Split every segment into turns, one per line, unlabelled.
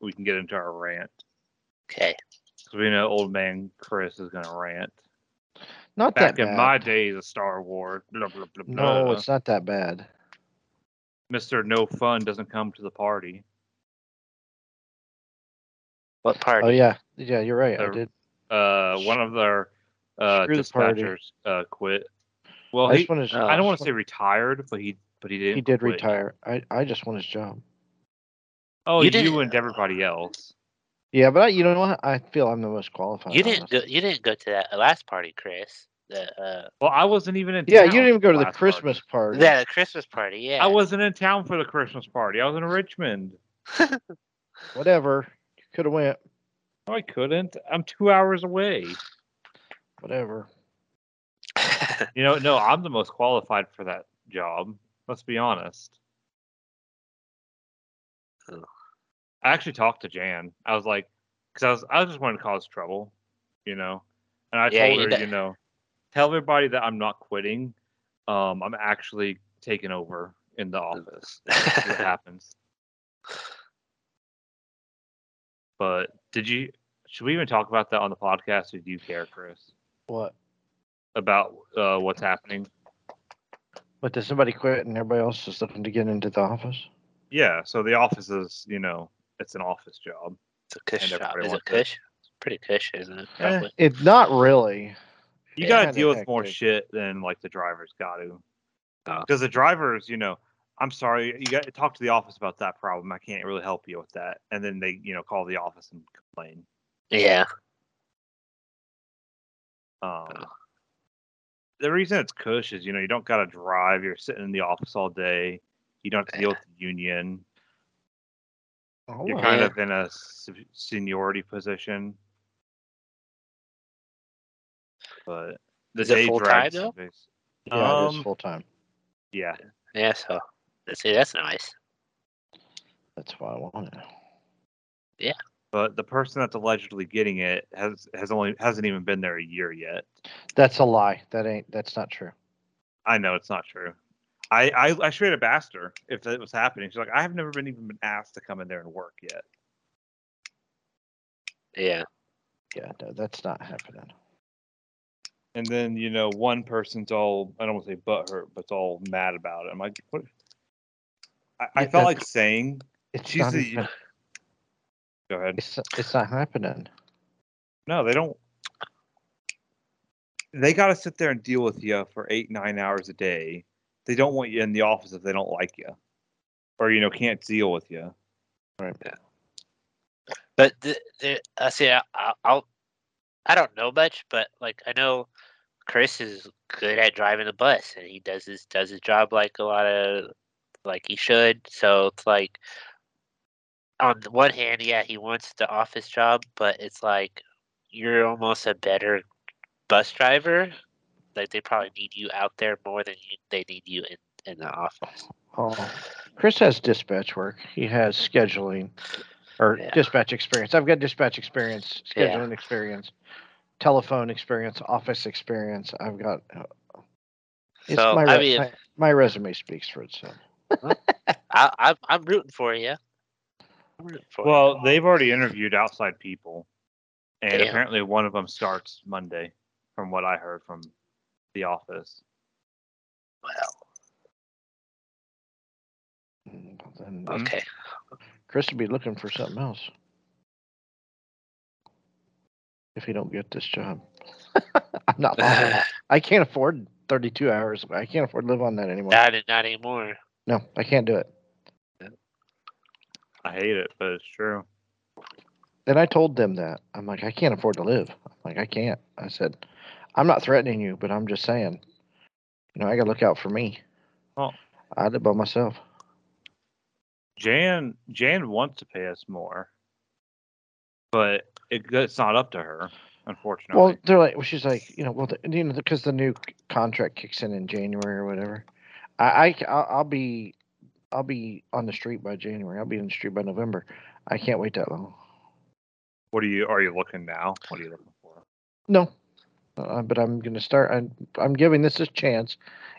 we can get into our rant
Okay.
because we know old man Chris is gonna rant.
Not
Back
that
in
bad.
my uh, days of Star Wars, blah, blah, blah,
no,
blah,
it's not that bad.
Mr. No Fun doesn't come to the party.
What part?
Oh yeah, yeah, you're right. I
The-
did.
Uh, one of their uh,
Screw the party.
dispatchers uh, quit. Well,
I
he,
just want his,
uh,
I don't
just
want to say retired, but he but he did.
he did retire. I, I just want his job.
Oh,
You
you,
didn't-
and everybody else.
Yeah, but I, you know what? I feel I'm the most qualified.
you
on
didn't go.
this.
You didn't go to that last party, Chris. The uh,
Well, I wasn't even in.
Yeah, you
town
didn't even
for
go to the
last
Christmas
party.
party.
that Christmas party. Yeah.
I wasn't in town for the Christmas party. I was in Richmond.
Whatever. You could have went.
No, I couldn't. I'm two hours away.
Whatever.
You know, no, I'm the most qualified for that job. Let's be honest.
Ugh.
I actually talked to Jan. I was like, because I was, I just wanted to cause trouble, you know. And I
Yeah,
told
you
her,
d-
you know, tell everybody that I'm not quitting. Um, I'm actually taking over in the office. That's what happens. But did you? Should we even talk about that on the podcast? Or do you care, Chris?
What?
About uh, what's happening?
But did somebody quit and everybody else is looking to get into the office?
Yeah, so the office is, you know, it's an office job.
It's a cush
And
shop.
everybody
Is it
wants it.
cush? It's pretty cush, isn't it?
Eh,
Probably.
it's not really.
You
Yeah,
gotta
kinda
deal with more
hectic.
shit than like the drivers got to.
Oh.
Because the drivers, you know, I'm sorry, you got to talk to the office about that problem. I can't really help you with that. And then they, you know, call the office and complain.
Yeah.
Um,
Oh.
the reason it's cush is, you know, you don't gotta drive. You're sitting in the office all day. You don't have to deal with the union.
Oh,
You're
well.
kind
yeah.
of in a s- seniority position. But the
Is it
day
full-time,
drags
though?
sometimes.
yeah, it is
Um,
full time.
Yeah.
Yeah. So. See, that's nice.
That's why I want it.
But the person that's allegedly getting it has has only hasn't even been there a year yet.
That's a lie. That ain't. That's not true.
I know it's not true. I I, I straight up asked her if it was happening. She's like, I have never been even been asked to come in there and work yet.
Yeah.
Yeah, no, that's not happening.
And then you know, one person's all I don't want to say butthurt, but it's all mad about it. I'm like, what? I, I
Yeah,
felt
that-
like saying,
It's
She's
not.
the-
even-
go ahead.
it's, it's not happening.
No, they don't. They got to sit there and deal with you for eight, nine hours a day. They don't want you in the office if they don't like you, or you know can't deal with you.
But the, the, I see. I, I- I'll. I don't know much, but like I know, Chris is good at driving the bus, and he does his does his job like a lot of like he should. So it's like, on the one hand, yeah, he wants the office job, but it's like you're almost a better bus driver. Like they probably need you out there more than you, they need you in in the office.
Oh, Chris has dispatch work. He has scheduling or
Yeah.
dispatch experience. I've got dispatch experience,
Yeah.
scheduling experience, telephone experience, office experience. I've got. uh, It's
So
my,
I
re-
mean,
my, my resume speaks for itself.
I, I'm I'm rooting for you. I'm rooting for you.
Well, they've already interviewed outside people, and
Damn.
apparently one of them starts Monday, from what I heard from the office.
Well,
Mm, well, Then
Mhm.
okay.
Chris would be looking for something else if he don't get this job. I'm not. lying. I can't afford 32 hours. I can't afford to live on that anymore.
Not, not anymore.
No, I can't do it.
I hate it, but it's true.
And I told them that. I'm like, I can't afford to live. I'm like, I can't. I said, I'm not threatening you, but I'm just saying, you know, I got to look out for me.
Oh.
I live by myself.
Jan Jan wants to pay us more, but it, it's not up to her, unfortunately.
Well, they're like, well, she's like, you know, well, the, you know, because the new c- contract kicks in in January or whatever. I, I, will be, I'll be on the street by January. I'll be in the street by November. I can't wait that long.
what are you are you looking now? What are you looking for?
No, uh, but I'm gonna start. I'm, I'm giving this a chance.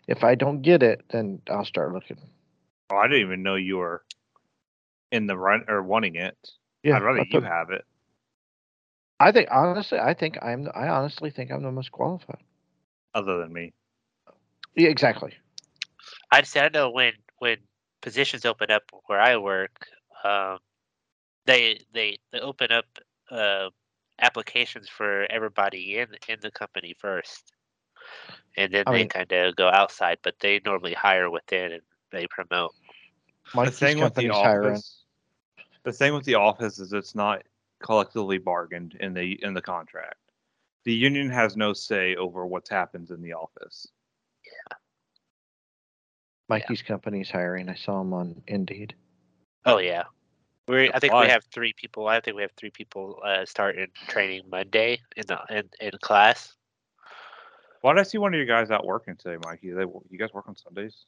If I don't get it, then I'll start looking.
Oh, I didn't even know you were in the run or wanting it.
Yeah,
I'd rather
I
you
put-
have it.
I think honestly, I think I'm. the- I honestly think I'm the most qualified.
Other than me,
Yeah, exactly.
I'd say I know when when positions open up where I work, um, they they they open up uh, applications for everybody in in the company first, and then
I
they
mean-
kind of go outside. But they normally hire within and they promote.
the
Mikey's
thing with the
company's hiring.
office, the thing with the office is it's not collectively bargained in the in the contract. The union has no say over what happens in the office.
Mikey's company's hiring. I saw him on Indeed.
Oh yeah, we I think we
Why?
have three people. I think we have three people uh, starting training Monday in the in, in class.
Why did I see one of your guys out working today, Mikey? They, you guys work on Sundays?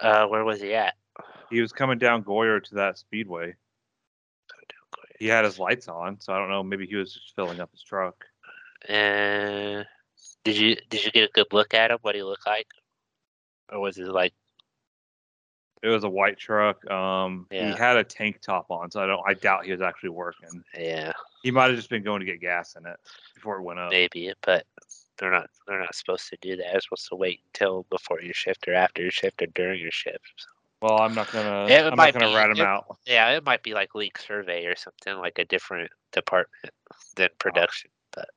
Uh, where was he at?
He was coming down Goyer to that speedway. He had his lights on, so I don't know. Maybe he was just filling up his truck.
Uh, did you did you get a good look at him? What he looked like, or was it like?
It was a white truck. Um,
Yeah.
he had a tank top on, so I don't. I doubt he was actually working.
Yeah,
He might have just been going to get gas in it before it went up.
maybe, but they're not they're not supposed to do that. They're supposed to wait until before your shift or after your shift or during your shift. So,
Well, I'm not gonna.
It
I'm
might
not gonna
be-
rat him
it-
out.
yeah, it might be like leak survey or something like a different department than production, but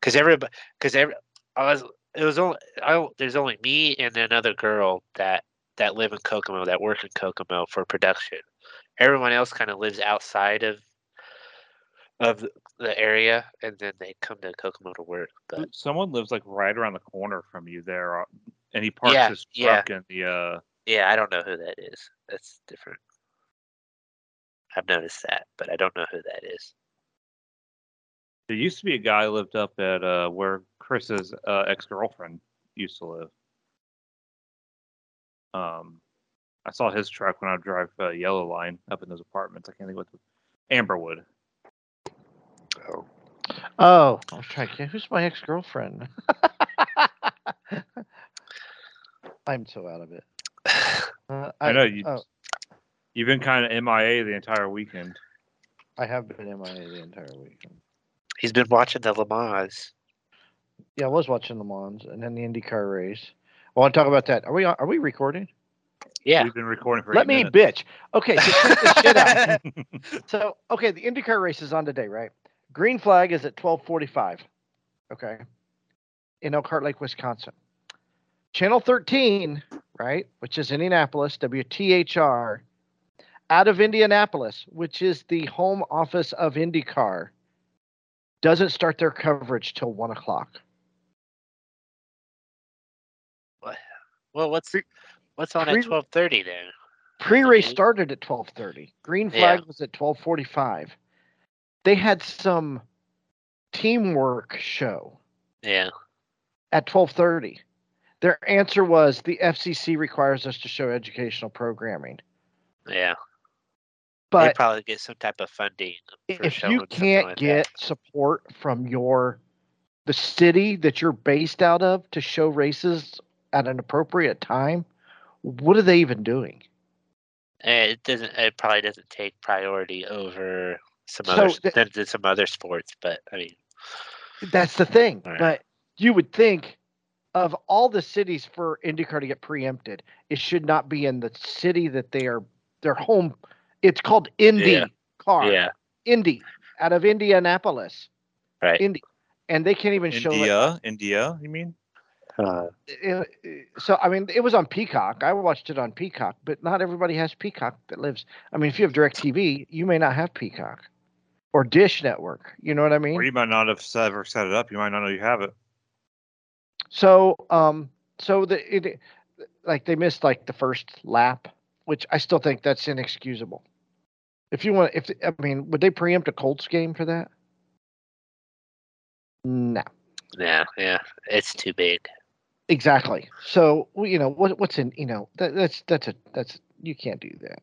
because everybody because every I was it was only I, there's only me and another girl that that live in Kokomo that work in Kokomo for production. Everyone else kind of lives outside of of the area, and then they come to Kokomo to work. But
Someone lives like right around the corner from you there, uh, and he parks
Yeah,
his
yeah.
truck in the. uh
Yeah, I don't know who that is. That's different. I've noticed that, but I don't know who that is.
There used to be a guy lived up at uh where Chris's uh, ex girlfriend used to live. Um, I saw his truck when I drive uh, Yellow Line up in those apartments. I can't think what the Amberwood.
Oh.
Oh, I was trying. to- Who's my ex girlfriend? I'm so out of it. Uh,
I, know you.
oh.
You've been kind of MIA the entire weekend.
I have been MIA the entire weekend.
He's been watching the Le Mans.
Yeah, I was watching Le Mans and then the IndyCar race. I want to talk about that. Are we on- are we recording?
Yeah.
We've been recording for.
Let
eight
me
minutes.
bitch. Okay, so check this shit out. So okay, the IndyCar race is on today, right? Green flag is at twelve forty-five. Okay, in Elkhart Lake, Wisconsin. Channel thirteen, right, which is Indianapolis, WTHR, out of Indianapolis, which is the home office of IndyCar, doesn't start their coverage till one o'clock.
Well, what's what's on
Pre-
at twelve thirty then?
Pre-race
Okay.
started at 12:30. Green
Yeah.
flag was at 12:45. They had some teamwork show
Yeah.
at 12:30. Their answer was the FCC requires us to show educational programming.
Yeah. they
But
probably get some type of funding. for
if
showing
you
something
can't
like that.
get support from your the city that you're based out of to show races at an appropriate time, what are they even doing?
Eh, It doesn't. It probably doesn't take priority over some
So
other s-
the-
than than some other sports. But I mean,
That's the thing.
Right.
But you would think of all the cities for IndyCar to get preempted, it should not be in the city that they are their home. It's called Indy
Yeah.
Car.
yeah.
Indy out of Indianapolis.
Right.
Indy. And they can't even show it.
India, India. You mean?
Uh,
Uh, So I mean, it was on Peacock. I watched it on Peacock, but not everybody has Peacock that lives. I mean, if you have DirecTV, you may not have Peacock or Dish Network. You know what I mean?
Or you might not have ever set it up. You might not know you have it.
So, um, so the it, like they missed like the first lap, which I still think that's inexcusable. If you want, if I mean, would they preempt a Colts game for that? No,
yeah. Yeah. It's too big.
exactly. So well, you know what? What's in you know that, that's that's a that's you can't do that.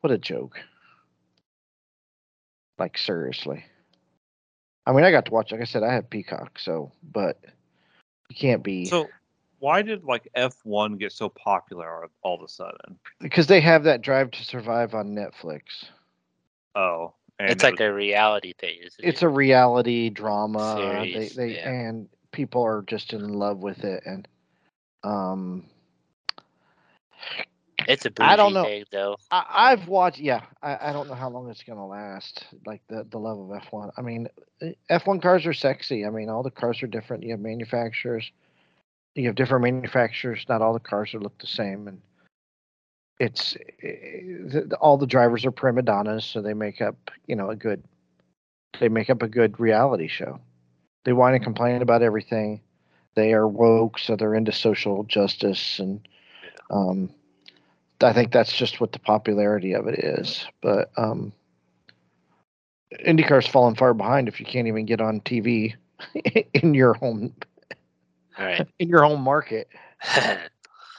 What a joke! Like seriously. I mean, I got to watch. Like I said, I have Peacock, so but you can't be.
So, why did like F one get so popular all- all of a sudden?
because they have that drive to survive on Netflix.
Oh, and
it's
it
like a reality thing. Isn't
It's
it?
a reality drama.
Series,
they they
yeah.
and people are just in love with it and um
it's a bougie
I don't know.
thing though.
I, I've watched. Yeah, I, I don't know how long it's gonna last. Like the the love of F one. I mean, eh, F one cars are sexy. I mean, all the cars are different. You have manufacturers. You have different manufacturers. Not all the cars are look the same, and it's eh, the, the- all the drivers are prima donnas, so they make up you know a good. They make up a good reality show. They whine and complain about everything. They are woke, so they're into social justice and. Um, I think that's just what the popularity of it is. But um, IndyCar's falling far behind if you can't even get on TV in your home
All right.
in your home market.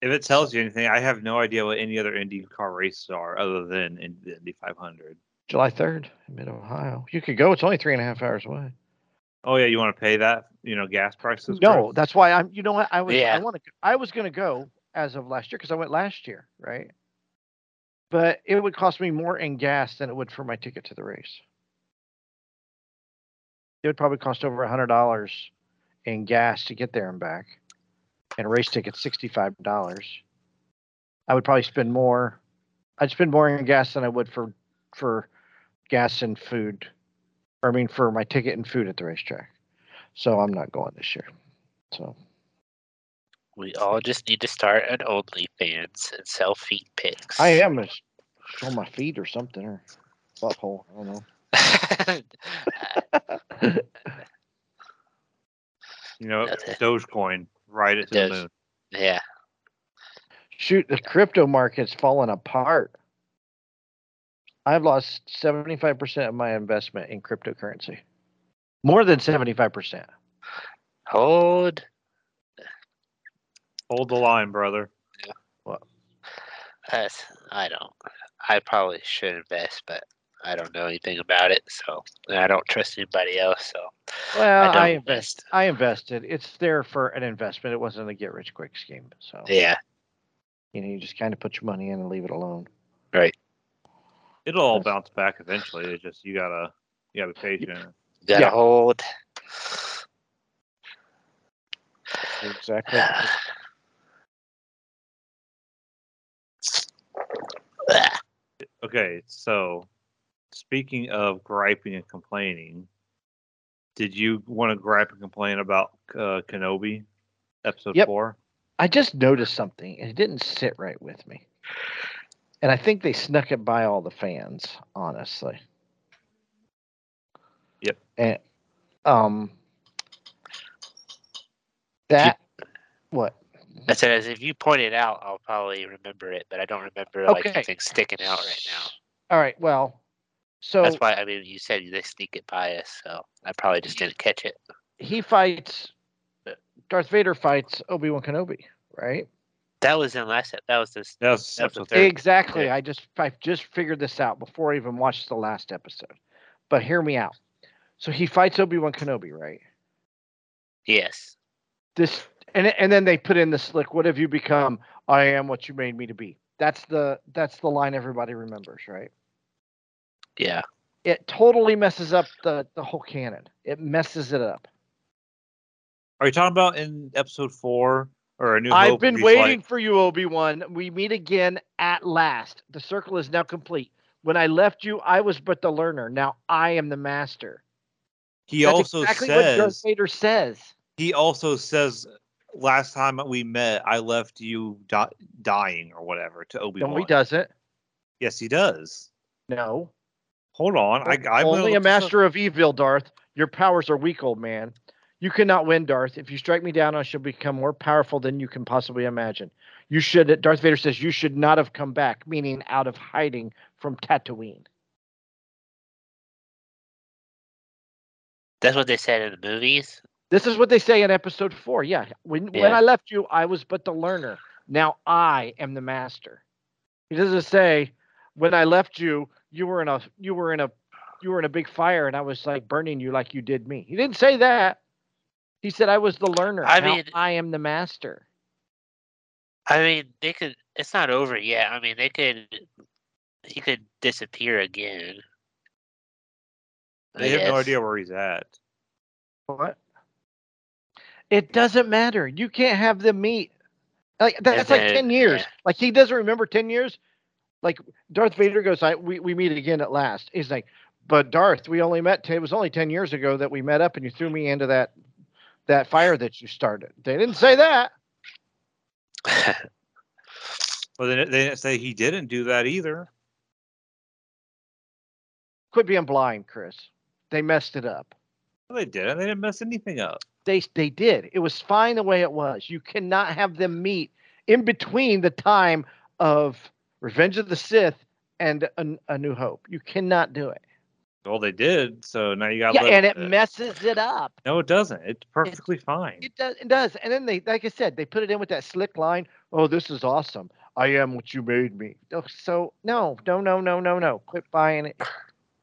If it tells you anything, I have no idea what any other Indy car races are other than in the Indy 500.
July third, Mid Ohio. You could go. It's only three and a half hours away.
Oh yeah, you want to pay that? You know, gas prices.
No,
Chris?
that's why I'm. You know what? I was.
Yeah.
I want to. I was going to go as of last year because I went last year, right? But it would cost me more in gas than it would for my ticket to the race. It would probably cost over a hundred dollars in gas to get there and back, and a race ticket sixty-five dollars. I would probably spend more. I'd spend more in gas than I would for for gas and food, or I mean for my ticket and food at the racetrack. So I'm not going this year. So
we all just need to start an OnlyFans and sell feet pics.
I am gonna show my feet or something or butthole. I don't know.
you know,
Okay.
Dogecoin, right it to
Doge.
the moon.
yeah.
Shoot, the crypto market's falling apart. I've lost 75% of my investment in cryptocurrency. More than 75%.
Hold.
Hold the line, brother.
Us. I don't. I probably should invest, but I don't know anything about it, so and I don't trust anybody else. So
Well,
don't
Oh, I, invest. I invested. It's there for an investment. It wasn't a get rich quick scheme. So,
Yeah.
you know, you just kind of put your money in and leave it alone.
It'll all
That's-
bounce back eventually. It's just you gotta you gotta be patient.
Gotta
Yeah.
hold.
Exactly.
Okay, so speaking of griping and complaining, did you want to gripe and complain about uh, Kenobi episode
Yep.
four?
I just noticed something and it didn't sit right with me. And I think they snuck it by all the fans, honestly.
Yep. Did
And um that what?
I said, as if you pointed out, I'll probably remember it, but I don't remember like
Okay.
anything sticking out right now.
All right, well, so
That's why I mean you said they sneak it by us, so I probably just didn't catch it.
he fights uh, Darth Vader fights Obi-Wan Kenobi, right?
That was in last. ep- That was this.
That was
That's
episode
the third.
three.
Exactly.
Yeah.
I just I just figured this out before I even watched the last episode. But hear me out. So he fights Obi-Wan Kenobi, right?
Yes.
this and and then they put in the slick what have you become i am what you made me to be that's the that's the line everybody remembers right
Yeah.
it totally messes up the the whole canon it messes it up
Are you talking about in episode four or a new?
i've
Hope,
been
he's like-
waiting for you obi-wan we meet again at last the circle is now complete when i left you i was but the learner now i am the master
he
that's
also
exactly what darth
says
vader says
he also says last time we met, I left you di- dying or whatever to Obi
no he
Wan.
doesn't
Yes, he does.
no
Hold on, I, I'm gonna
only a
look this up.
master of evil, Darth. Your powers are weak, old man. You cannot win, Darth. If you strike me down, I shall become more powerful than you can possibly imagine. You should, Darth Vader says, you should not have come back, meaning out of hiding from Tatooine.
That's what they said in the movies.
This is what they say in episode four. Yeah. When, when
Yeah.
I left you, I was but the learner. Now I am the master. He doesn't say, when I left you, you were in a, you were in a, you were in a big fire and I was like burning you like you did me. He didn't say that. He said, I was the learner.
I
Now
mean-
I am the master.
I mean, they could. It's not over yet. I mean, they could he could disappear again. I
They have no
guess.
idea where he's at.
What? It doesn't matter. You can't have them meet. Like that, that's like
then-
ten years.
yeah.
Like he doesn't remember ten years. Like Darth Vader goes, "I we, we meet again at last." He's like, "But Darth, we only met. It was only ten years ago that we met up, and you threw me into that that fire that you started." They didn't say that.
Well, they, they didn't say he didn't do that either.
Quit being blind, Chris. They messed it up.
No, they didn't. They didn't mess anything up.
They they did. It was fine the way it was. You cannot have them meet in between the time of Revenge of the Sith and A, A New Hope. You cannot do it.
Well, they did. So now you got.
yeah, and it messes it up.
no, it doesn't. It's perfectly fine.
It does. It does. And then they, like I said, they put it in with that slick line. Oh, this is awesome. I am what you made me. Oh, So no, no, no, no, no, no. Quit buying it.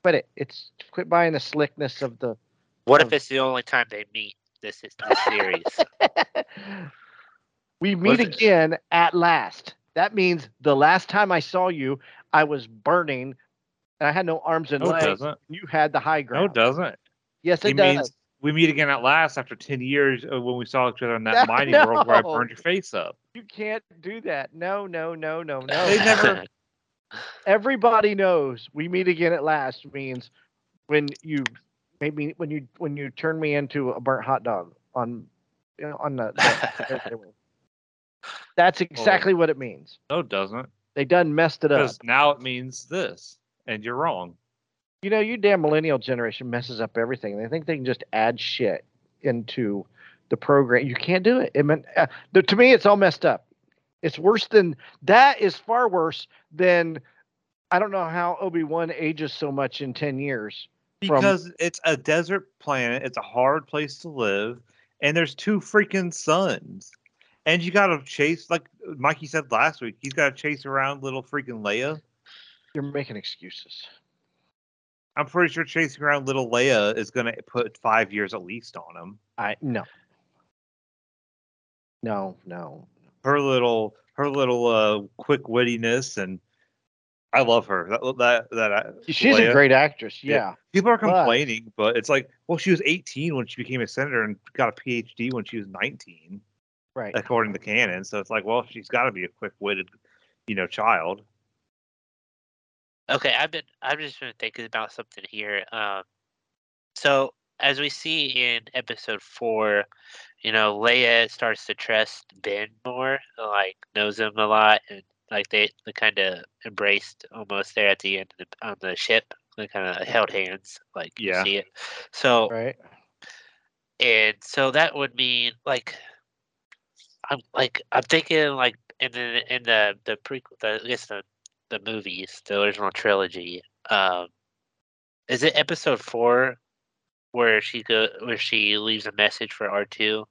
Quit it. It's quit buying the slickness of the.
what if
Um,
it's the only time they meet? This is the series.
we meet
Was it-
again at last. That means the last time I saw you, I was burning, and I had no arms and
no, it
legs.
doesn't.
You had the high
No,
ground.
it doesn't.
yes,
He
it does.
means we meet again at last after ten years of when we saw each other in
No,
that mighty world where I
no.
burned your face up.
you can't do that. No, no, no, no, no.
They never-
everybody knows we meet again at last means when you made me when you when you turn me into a burnt hot dog on you know, on the, the- that's exactly what it means
No, it doesn't.
they done messed it up
Because now it means this, and you're wrong.
you know you damn millennial generation messes up everything they think they can just add shit into the program you can't do it, it meant, uh, the, to me it's all messed up it's worse than that is far worse than i don't know how obi-wan ages so much in 10 years From-
Because it's a desert planet, it's a hard place to live, and there's two freaking suns. And you gotta chase, like uh, Mikey said last week, he's gotta chase around little freaking Leia.
You're making excuses.
I'm pretty sure chasing around little Leia is gonna put five years at least on him.
I no. No, no.
Her little, her little uh, quick wittiness, and I love her. That that that uh,
She's a
Leia.
great actress.
Yeah.
Yeah.
People are
But-
complaining, but it's like, well, she was 18 when she became a senator and got a PhD when she was 19,
Right.
according to canon. So it's like, well, she's got to be a quick-witted, you know, child.
Okay, I've been I've just been thinking about something here. Um, so as we see in episode four, you know, Leia starts to trust Ben more, like knows him a lot, and like they, they kind of embraced almost there at the end of the, on the ship. They kind of held hands, like
Yeah.
you see it. So
Right.
and so that would mean like I'm like I'm thinking like in the in the the prequel the I guess the the movies the original trilogy um is it episode four where she go where she leaves a message for R two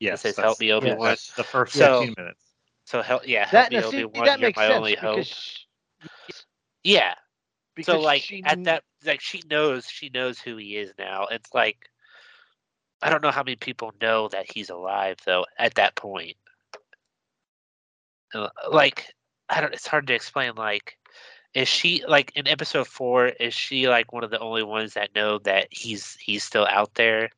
Yes,
says
that's-
help me Obi Wan
that's the first
So-
15 minutes.
so help yeah help
That,
me
now, see,
Obi
that
Wan you're
makes
my
sense
only hope
because, sh-
yeah
because
so like
she
at that like she knows she knows who he is now it's like I don't know how many people know that he's alive though at that point Uh, like I don't. It's hard to explain. Like, is she like in episode four? Is she like one of the only ones that know that he's he's still out there,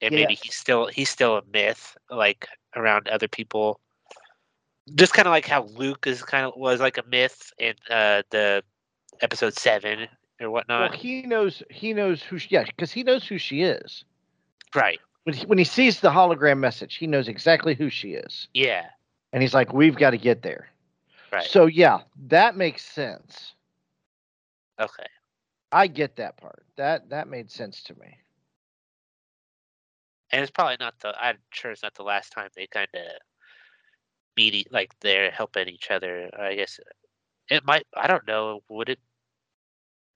and maybe
Yes.
he's still he's still a myth like around other people. Just kind of like how Luke is kind of was like a myth in uh, the episode seven or
well,
whatnot,
he knows he knows who she yeah, because he knows who she is.
right?
When he, when he sees the hologram message, he knows exactly who she is.
Yeah,
And he's like, We've got to get there.
right.
So yeah, that makes sense.
okay,
I get that part. That that made sense to me.
and it's probably not the. I'm sure it's not the last time they kind of meet e- like they're helping each other. I guess it might. I don't know. Would it?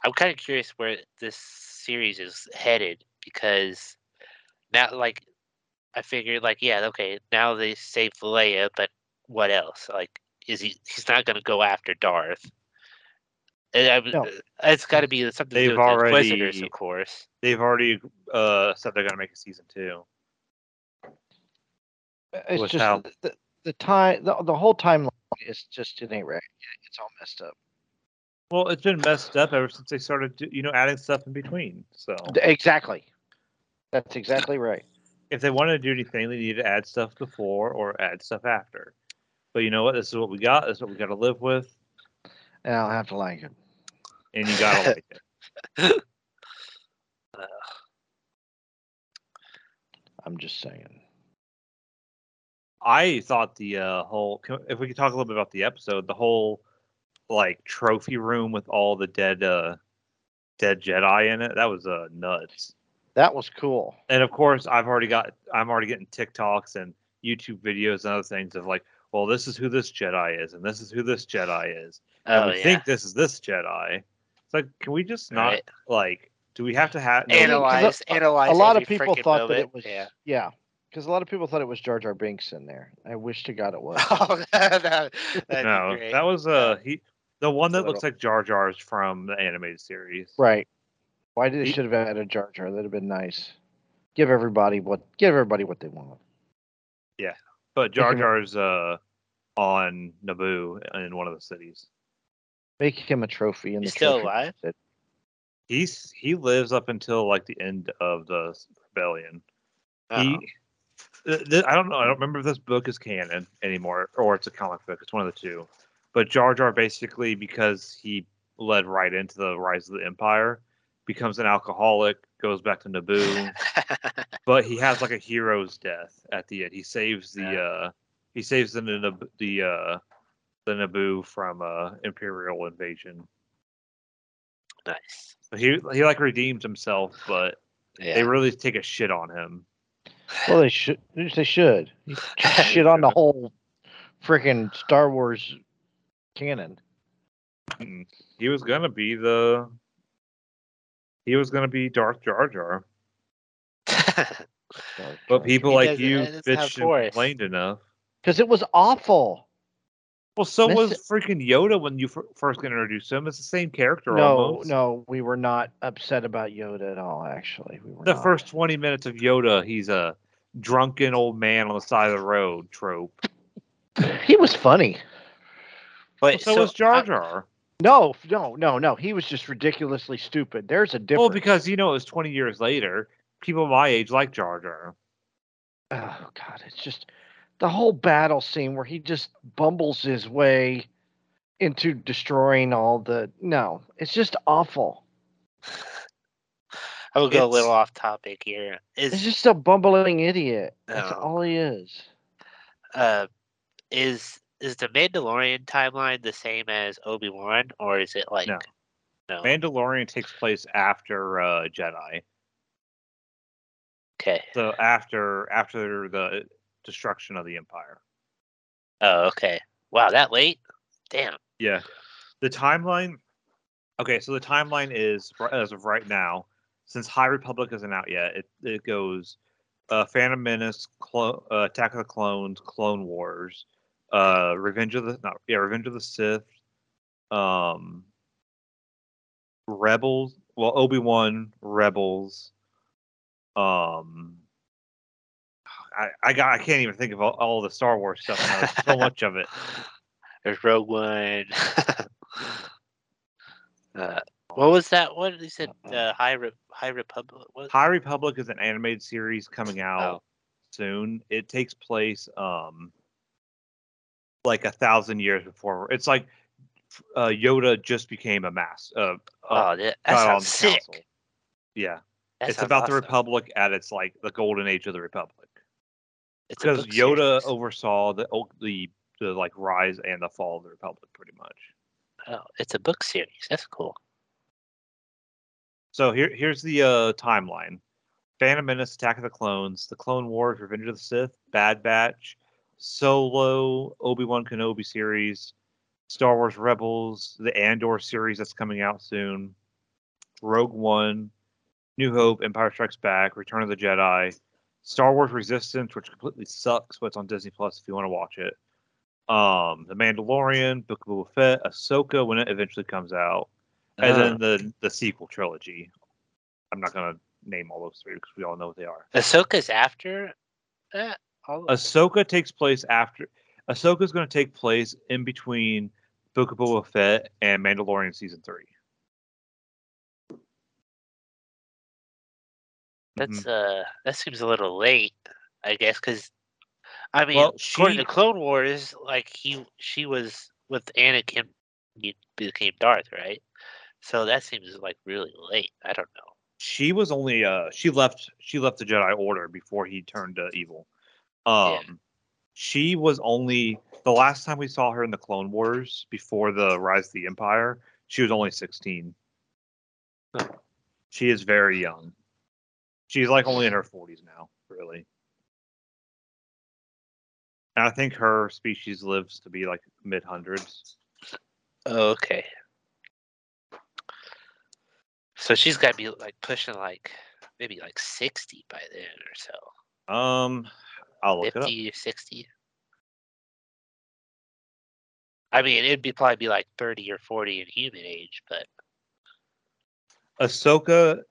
I'm kind of curious where this series is headed because now, like, I figured, like, yeah, okay, now they save Leia, but what else? Like, is he? He's not going to go after Darth. And I, uh,
No.
It's got to be something
They've
to do with the Inquisitors,
already-
of course.
They've already uh, said they're going to make a season two.
It's
with
Uh, just
how-
the, the, the time the, the whole timeline is just in a wreck. It's all messed up.
Well, it's been messed up ever since they started, to, you know, adding stuff in between. So
Exactly. That's exactly right.
if they wanted to do anything, they need to add stuff before or add stuff after. But you know what? This is what we got. This is what we got to live with,
And I'll have to like it.
and you gotta like it.
I'm just saying.
I thought the uh, whole. can- If we could talk a little bit about the episode, the whole like trophy room with all the dead, uh dead Jedi in it. That was uh nuts.
That was cool.
And of course, I've already got. I'm already getting TikToks and YouTube videos and other things of like, well, this is who this Jedi is, and this is who this Jedi is. and
Oh
we
yeah.
think this is this Jedi. It's like, can we just not
Right.
like? Do we have to have? no,
analyze,
a-
analyze.
a lot of
every
people
freaking
thought that
moment.
it was
Yeah.
yeah, because a lot of people thought it was Jar Jar Binks in there. I wish to God it was.
Oh, that, that'd be
no,
great.
that was uh he, the one
It's a
that looks like Jar Jar's from the animated series.
right. Why did they
He-
should have added Jar Jar? That'd have been nice. Give everybody what give everybody what they want.
But Jar
Make him-
Jar's uh on Naboo in one of the cities.
Make him a trophy and
He's
the
still
trophy-
alive?
He's he lives up until like the end of the rebellion.
Uh-oh.
He, th- th- I don't know. I don't remember if this book is canon anymore or it's a comic book. It's one of the two. But Jar Jar basically, because he led right into the rise of the Empire, becomes an alcoholic, goes back to Naboo, but he has like a hero's death at the end. He saves the
Yeah.
uh, he saves the Nab- the uh, the Naboo from uh, Imperial invasion.
nice.
So he he like redeems himself, but
Yeah.
they really take a shit on him.
Well, they should. They should. You shit on the whole freaking Star Wars canon.
Mm. He was gonna be the. He was gonna be Darth Jar Jar,
Jar
but
Jar.
people
He
like
doesn't-
you
that doesn't have
bitched and
force.
complained enough.
because it was awful.
Well, so
This-
was freaking Yoda when you f- first introduced him. It's the same character
no,
almost.
no, we were not upset about Yoda at all. Actually, we were
the
not.
first 20 minutes of Yoda, he's a drunken old man on the side of the road trope.
He was funny.
Well,
Wait,
so, was Jar
I-
Jar.
No, no, no, no. He was just ridiculously stupid. There's a difference.
Well, because you know it was 20 years later. People my age like Jar Jar.
oh god, it's just the whole battle scene where he just bumbles his way into destroying all the. No, it's just awful.
I will go a
It's-
little off topic here. Is
It's just a bumbling idiot. That's
Oh.
all he is.
uh, is is the Mandalorian timeline the same as Obi Wan, or is it like
No.
no?
Mandalorian takes place after uh, Jedi.
okay.
So after after the destruction of the Empire.
Oh, okay. Wow, that late? Damn.
Yeah. The timeline. Okay, so the timeline is ri- as of right now, since High Republic isn't out yet, it, it goes uh, Phantom Menace, Clo- uh, Attack of the Clones, Clone Wars, uh, Revenge of the not yeah Revenge of the Sith, um, Rebels. Well, Obi Wan, Rebels. Um, I I got I can't even think of all, all the Star Wars stuff. Now. There's so much of it.
There's Rogue One. uh, what was that one? You said
Uh-huh.
uh, High Re- High Republic. What?
High Republic is an animated series coming out
Oh.
soon. It takes place um like a thousand years before. It's like uh, Yoda just became a mass. Uh,
oh, that, that
got on
sounds
the
sick.
council. Yeah,
That
it's
sounds
about the
awesome.
Republic at its like the golden age of the Republic
It's a
because
book
Yoda
series.
oversaw the o- the the like rise and the fall of the Republic pretty much.
Oh, it's a book series. That's cool.
So here, here's the uh, timeline: Phantom Menace, Attack of the Clones, The Clone Wars, Revenge of the Sith, Bad Batch, Solo, Obi Wan Kenobi series, Star Wars Rebels, the Andor series that's coming out soon, Rogue One, New Hope, Empire Strikes Back, Return of the Jedi, Star Wars Resistance, which completely sucks, but it's on Disney Plus if you want to watch it. Um, The Mandalorian, Book of Boba Fett, Ahsoka when it eventually comes out and
Uh,
then the the sequel trilogy. I'm not gonna name all those three because we all know what they are.
Ahsoka's after that. All of
Oh.
Ahsoka takes place after. Ahsoka's gonna take place in between Book of Boba Fett, and Mandalorian season three.
That's
Mm-hmm.
uh, that seems a little late, I guess, because I mean,
Well,
according
she-
to Clone Wars, like he, she was with Anakin, he became Darth, right? So that seems like really late. I don't know.
she was only uh she left she left the Jedi Order before he turned to evil. Um
Yeah.
she was only the last time we saw her in the Clone Wars before the Rise of the Empire, she was only 16. She is very young. She's like only in her 40s now, really. And I think her species lives to be like mid hundreds.
Oh, okay. So she's got to be like pushing like maybe like sixty by then or so,
Um I'll look it up.
fifty or sixty. I mean, it'd be probably be like thirty or forty in human age, but
Ahsoka,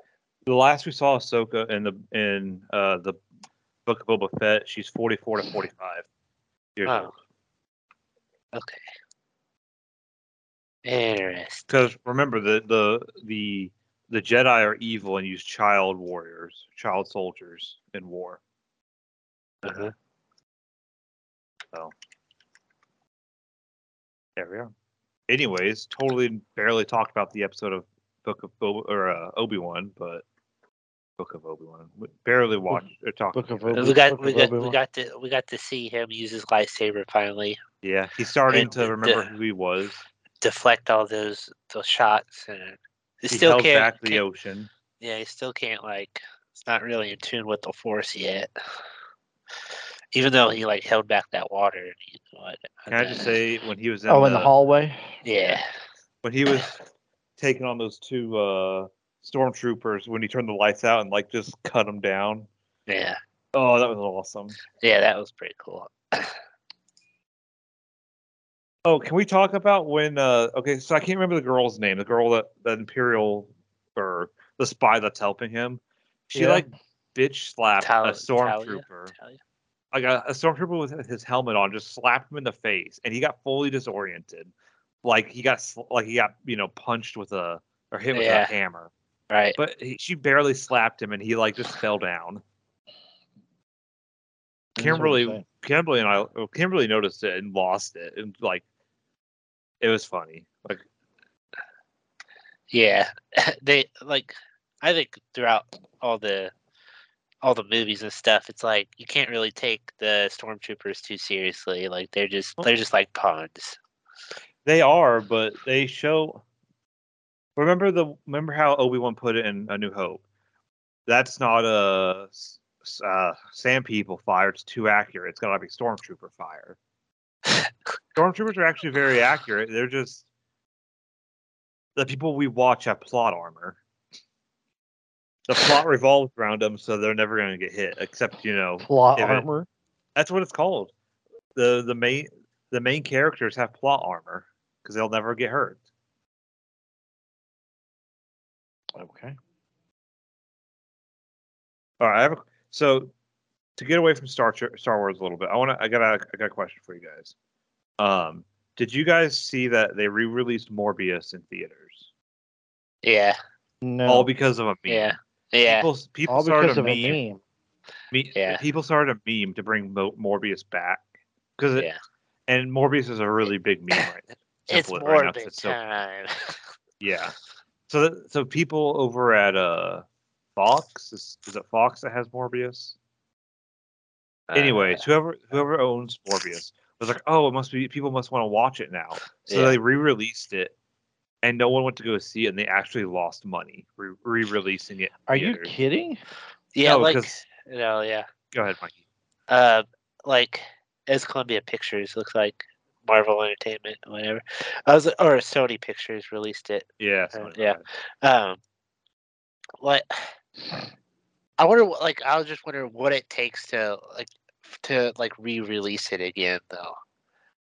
the last we saw Ahsoka in the in uh, the Book of Boba Fett, she's forty four to forty five years
Oh.
old.
Okay. Interesting.
Because remember the the the the Jedi are evil and use child warriors, child soldiers in war.
Uh-huh.
There we are. Anyways, totally barely talked about the episode of Book of Boba or uh, Obi Wan, but Book of Obi Wan barely watched or talked.
Book of
We
Obi-
got
Book of
we got we
Obi-Wan.
got to we got to see him use his lightsaber finally,
Yeah, he's starting
And
to
the-
remember who he was.
deflect all those those shots, and he
He
still
held
can't.
back the uh,
can't-
ocean.
yeah, he still can't like. It's not really in tune with the force yet. Even though he like held back that water. And he, what,
Can I just say when he was in
Oh, in the hallway.
Yeah.
when he was taking on those two uh stormtroopers when he turned the lights out and like just cut them down
Yeah.
oh that was awesome
Yeah. That was pretty cool.
oh can we talk about when uh okay so i can't remember the girl's name the girl that the imperial or the spy that's helping him she
Yeah.
like bitch slapped
Tal-
a stormtrooper
Talia?
like a, a stormtrooper with his helmet on just slapped him in the face and he got fully disoriented like he got sl- like he got you know punched with a or hit with
Yeah.
a hammer
Right.
but he, she barely slapped him and he like just fell down
That's what I'm
kimberly
saying.
kimberly and i well, kimberly noticed it and lost it and like it was funny like
Yeah, they like. I think throughout all the all the movies and stuff, it's like you can't really take the stormtroopers too seriously. Like they're just they're just like pawns.
they are but they show remember the remember how obi-wan put it in a new hope that's not a s- s- uh, sand people fire it's too accurate it's gotta be stormtrooper fire stormtroopers are actually very accurate they're just the people we watch have plot armor the plot revolves around them so they're never going to get hit except you know
Plot
If it-
armor.
That's what it's called. the the main The main characters have plot armor because they'll never get hurt.
Okay.
All right, I have a, so to get away from Star Tr- Star Wars a little bit. I want to. I got a. I got a question for you guys. Um, did you guys see that they re-released Morbius in theaters?
Yeah,
No.
All because of a meme.
yeah, yeah.
People, people
all
started
because of
meme.
a meme.
Me-
Yeah.
People started a meme to bring Mo- Morbius back because
Yeah.
and Morbius is a really big meme right
It's
template right now,
morbid
'cause it's so-
time.
Yeah. So th- so people over at uh Fox is, is it Fox that has Morbius?
Uh,
Anyways, whoever whoever owns Morbius was like, oh, it must be people must want to watch it now. So
Yeah.
they re-released it, and no one went to go see it, and they actually lost money re- re-releasing it. in
Are you
theaters.
kidding?
yeah,
no,
like
'cause-
no, yeah.
Go ahead, Mikey.
uh, like as Columbia Pictures looks like Marvel Entertainment, whatever. I was or Sony Pictures released it.
Yeah.
Uh,
sorry, go
yeah.
ahead.
Um, what? I wonder. What, like, I was just wondering what it takes to like f- to like re-release it again, though.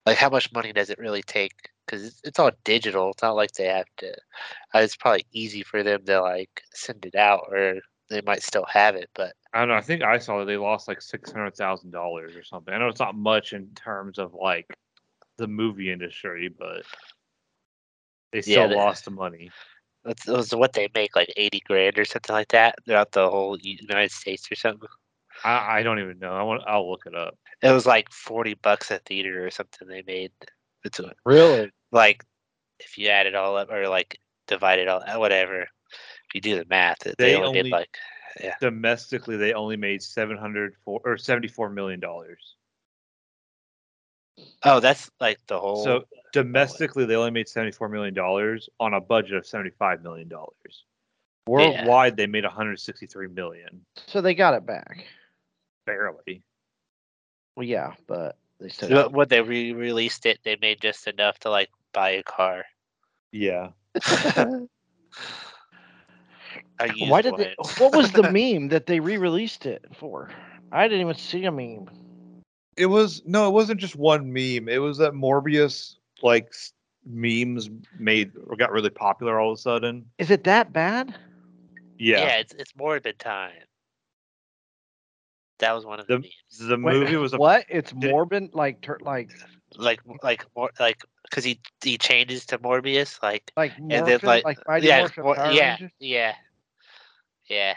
Like, how much money does it really take? Because it's, it's all digital. It's not like they have to. Uh, it's probably easy for them to like send it out, or they might still have it. But
I don't know. I think I saw that they lost like six hundred thousand dollars or something. I know it's not much in terms of like the movie industry, but They still
they-
lost the money.
That's, that's what they make, like eighty grand or something like that, throughout the whole U- United States or something.
I, I don't even know. I want. I'll look it up.
It was like forty bucks a theater or something. They made it's a-
Really?
like if you add it all up or like divide it all, uh, whatever. If you do the math, they,
They
only
only-
did like
Domestically, they only made seven hundred four or seventy four million dollars.
oh, that's like the whole.
So domestically, they only made seventy four million dollars on a budget of seventy five million dollars. Worldwide, they made one hundred sixty three million,
So they got it back.
barely.
Well, yeah, but they still.
But when they re-released it, they made just enough to like buy a car.
Yeah,
A used
Why did they?
one.
What was the meme that they re-released it for? I didn't even see a meme.
it was no, it wasn't just one meme. It was that Morbius like s- memes made got really popular all of a sudden.
Is it that bad?
Yeah,
Yeah,
it's it's morbid time. That was one of the, memes.
the
Wait,
movie was a
what? It's
Did-
morbid, like tur like
Like like more like because he he changes to Morbius like
like
then,
morphin, like,
like-
Mighty
yeah
Morphin
Mor-
Power
yeah
Rangers?
yeah yeah.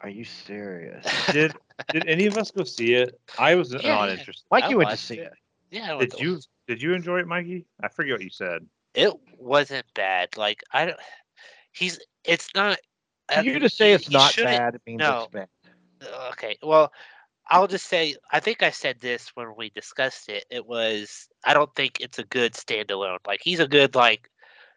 Are you serious?
did did any of us go see it? I was
Yeah,
not
yeah.
interested.
Mikey
I
went to
watched
see
it.
it.
yeah, I went
Did
to-
you did you enjoy it, Mikey? I forget what you said.
It wasn't bad. Like I don't. He's. It's not. I
For you
mean,
to say
he-
it's
he
not
Uh, shouldn't-
bad it means
no.
it's bad.
okay well i'll just say i think i said this when we discussed it it was i don't think it's a good standalone like he's a good like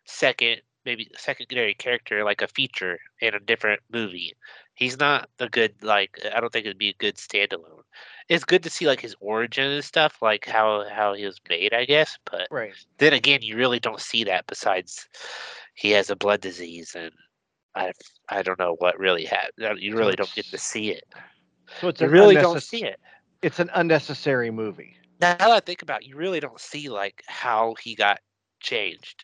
second maybe secondary character like a feature in a different movie he's not the good like i don't think it'd be a good standalone it's good to see like his origin and stuff like how how he was made i guess but
Right.
then again you really don't see that besides he has a blood disease and i i don't know what really happened you
So
really don't get to
it's-
see it
So it's
you
an
really
unnecess-
don't see it.
It's an unnecessary movie.
Now that I think about it, you really don't see like how he got changed.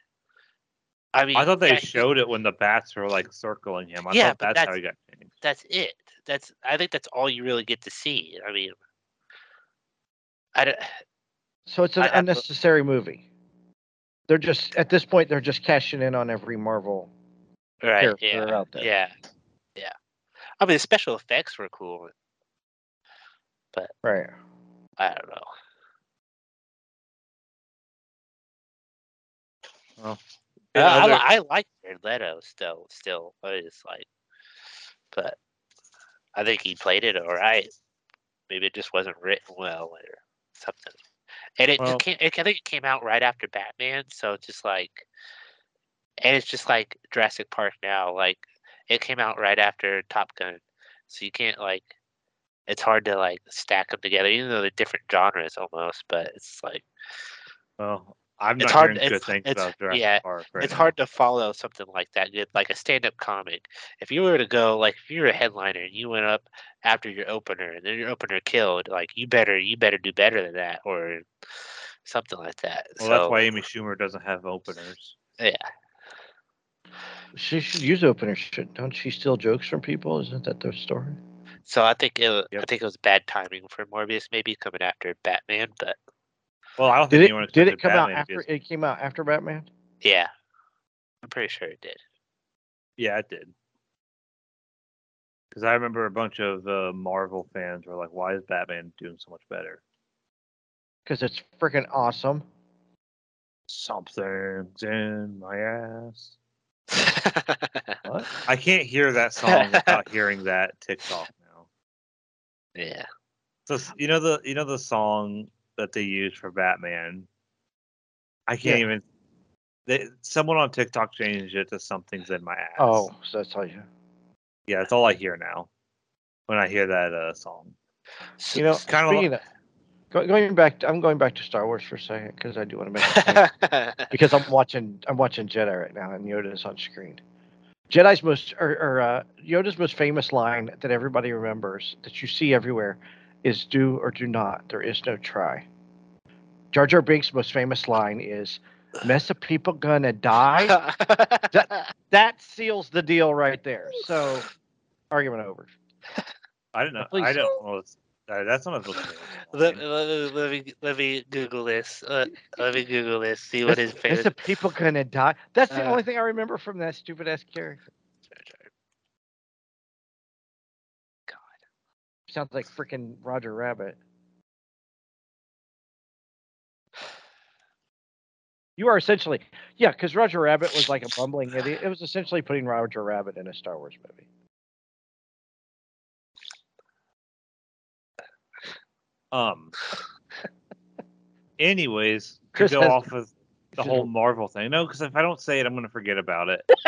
I mean,
I thought they
yeah, he-
showed it when the bats were like circling him. I
Yeah,
thought
but
that's, how
that's-
he got changed.
that's it. That's I think that's all you really get to see. I mean, I don't,
So it's an
I- I-
unnecessary movie. They're just at this point they're just cashing in on every Marvel
right?
character
yeah,
out there.
yeah, yeah. I mean, the special effects were cool.
Right.
I don't know. I- I,
Another-
li- I like Jared Leto still. Still, I just like, but I think he played it all right. Maybe it just wasn't written well or something. And it
Well-
just can't. It, I think it came out right after Batman, so it's just like, and it's just like Jurassic Park now. Like, it came out right after Top Gun, so you can't like. It's hard to like stack them together, even though they're different genres almost. But it's like
well, I'm
it's
not
hard-
hearing good
it's-
things
it's-
about Jurassic
yeah,
Park. Right
it's
now.
hard to follow something like that, good- like a stand-up comic. If you were to go, like, if you were a headliner and you went up after your opener and then your opener killed, like, you better, you better do better than that, or something like that.
Well,
so,
that's why Amy Schumer doesn't have openers.
She should use opener shit. Don't she steal jokes from people? Isn't that the story?
so I think it, I
Yep.
think it was bad timing for Morbius, maybe coming after Batman, but
Well, I don't
Did
think anyone
it, did it
expected
come out
Batman to be
after
as-
it came out after Batman?
yeah, I'm pretty sure it did.
Yeah, it did. Because I remember a bunch of uh, Marvel fans were like, "Why is Batman doing so much better?"
Because it's freaking awesome.
Something's in my ass. What? I can't hear that song without hearing that TikTok now.
yeah,
So s- you know the you know the song that they use for Batman. I can't
Yeah.
even. They, someone on TikTok changed it to "Something's in my ass."
Oh, so that's all you.
yeah, that's all I hear now when I hear that uh, song.
So-
You know,
so-
kinda like-
speaking of- go- going back, to, I'm going back to Star Wars for a second because I do want to make a point. because I'm watching I'm watching Jedi right now and Yoda's on screen. Jedi's most or, or uh, Yoda's most famous line that everybody remembers that you see everywhere is "Do or do not. There is no try." Jar Jar Binks' most famous line is "Mess of people gonna die." that seals the deal right there. So, argument over.
I don't know.
Please.
I don't. Well, it's- Uh, that's not a book.
Let,
uh,
let, let me let me Google this. Uh, let me Google this. See what his
Is
favorite.
the people gonna die? That's the
Uh,
only thing I remember from that stupid ass character.
God.
Sounds like freaking Roger Rabbit. You are essentially, yeah, because Roger Rabbit was like a bumbling idiot. It was essentially putting Roger Rabbit in a Star Wars movie.
Um. Anyways, to
Chris
go
has-
off of the whole Marvel thing. No, because if I don't say it, I'm going to forget about it.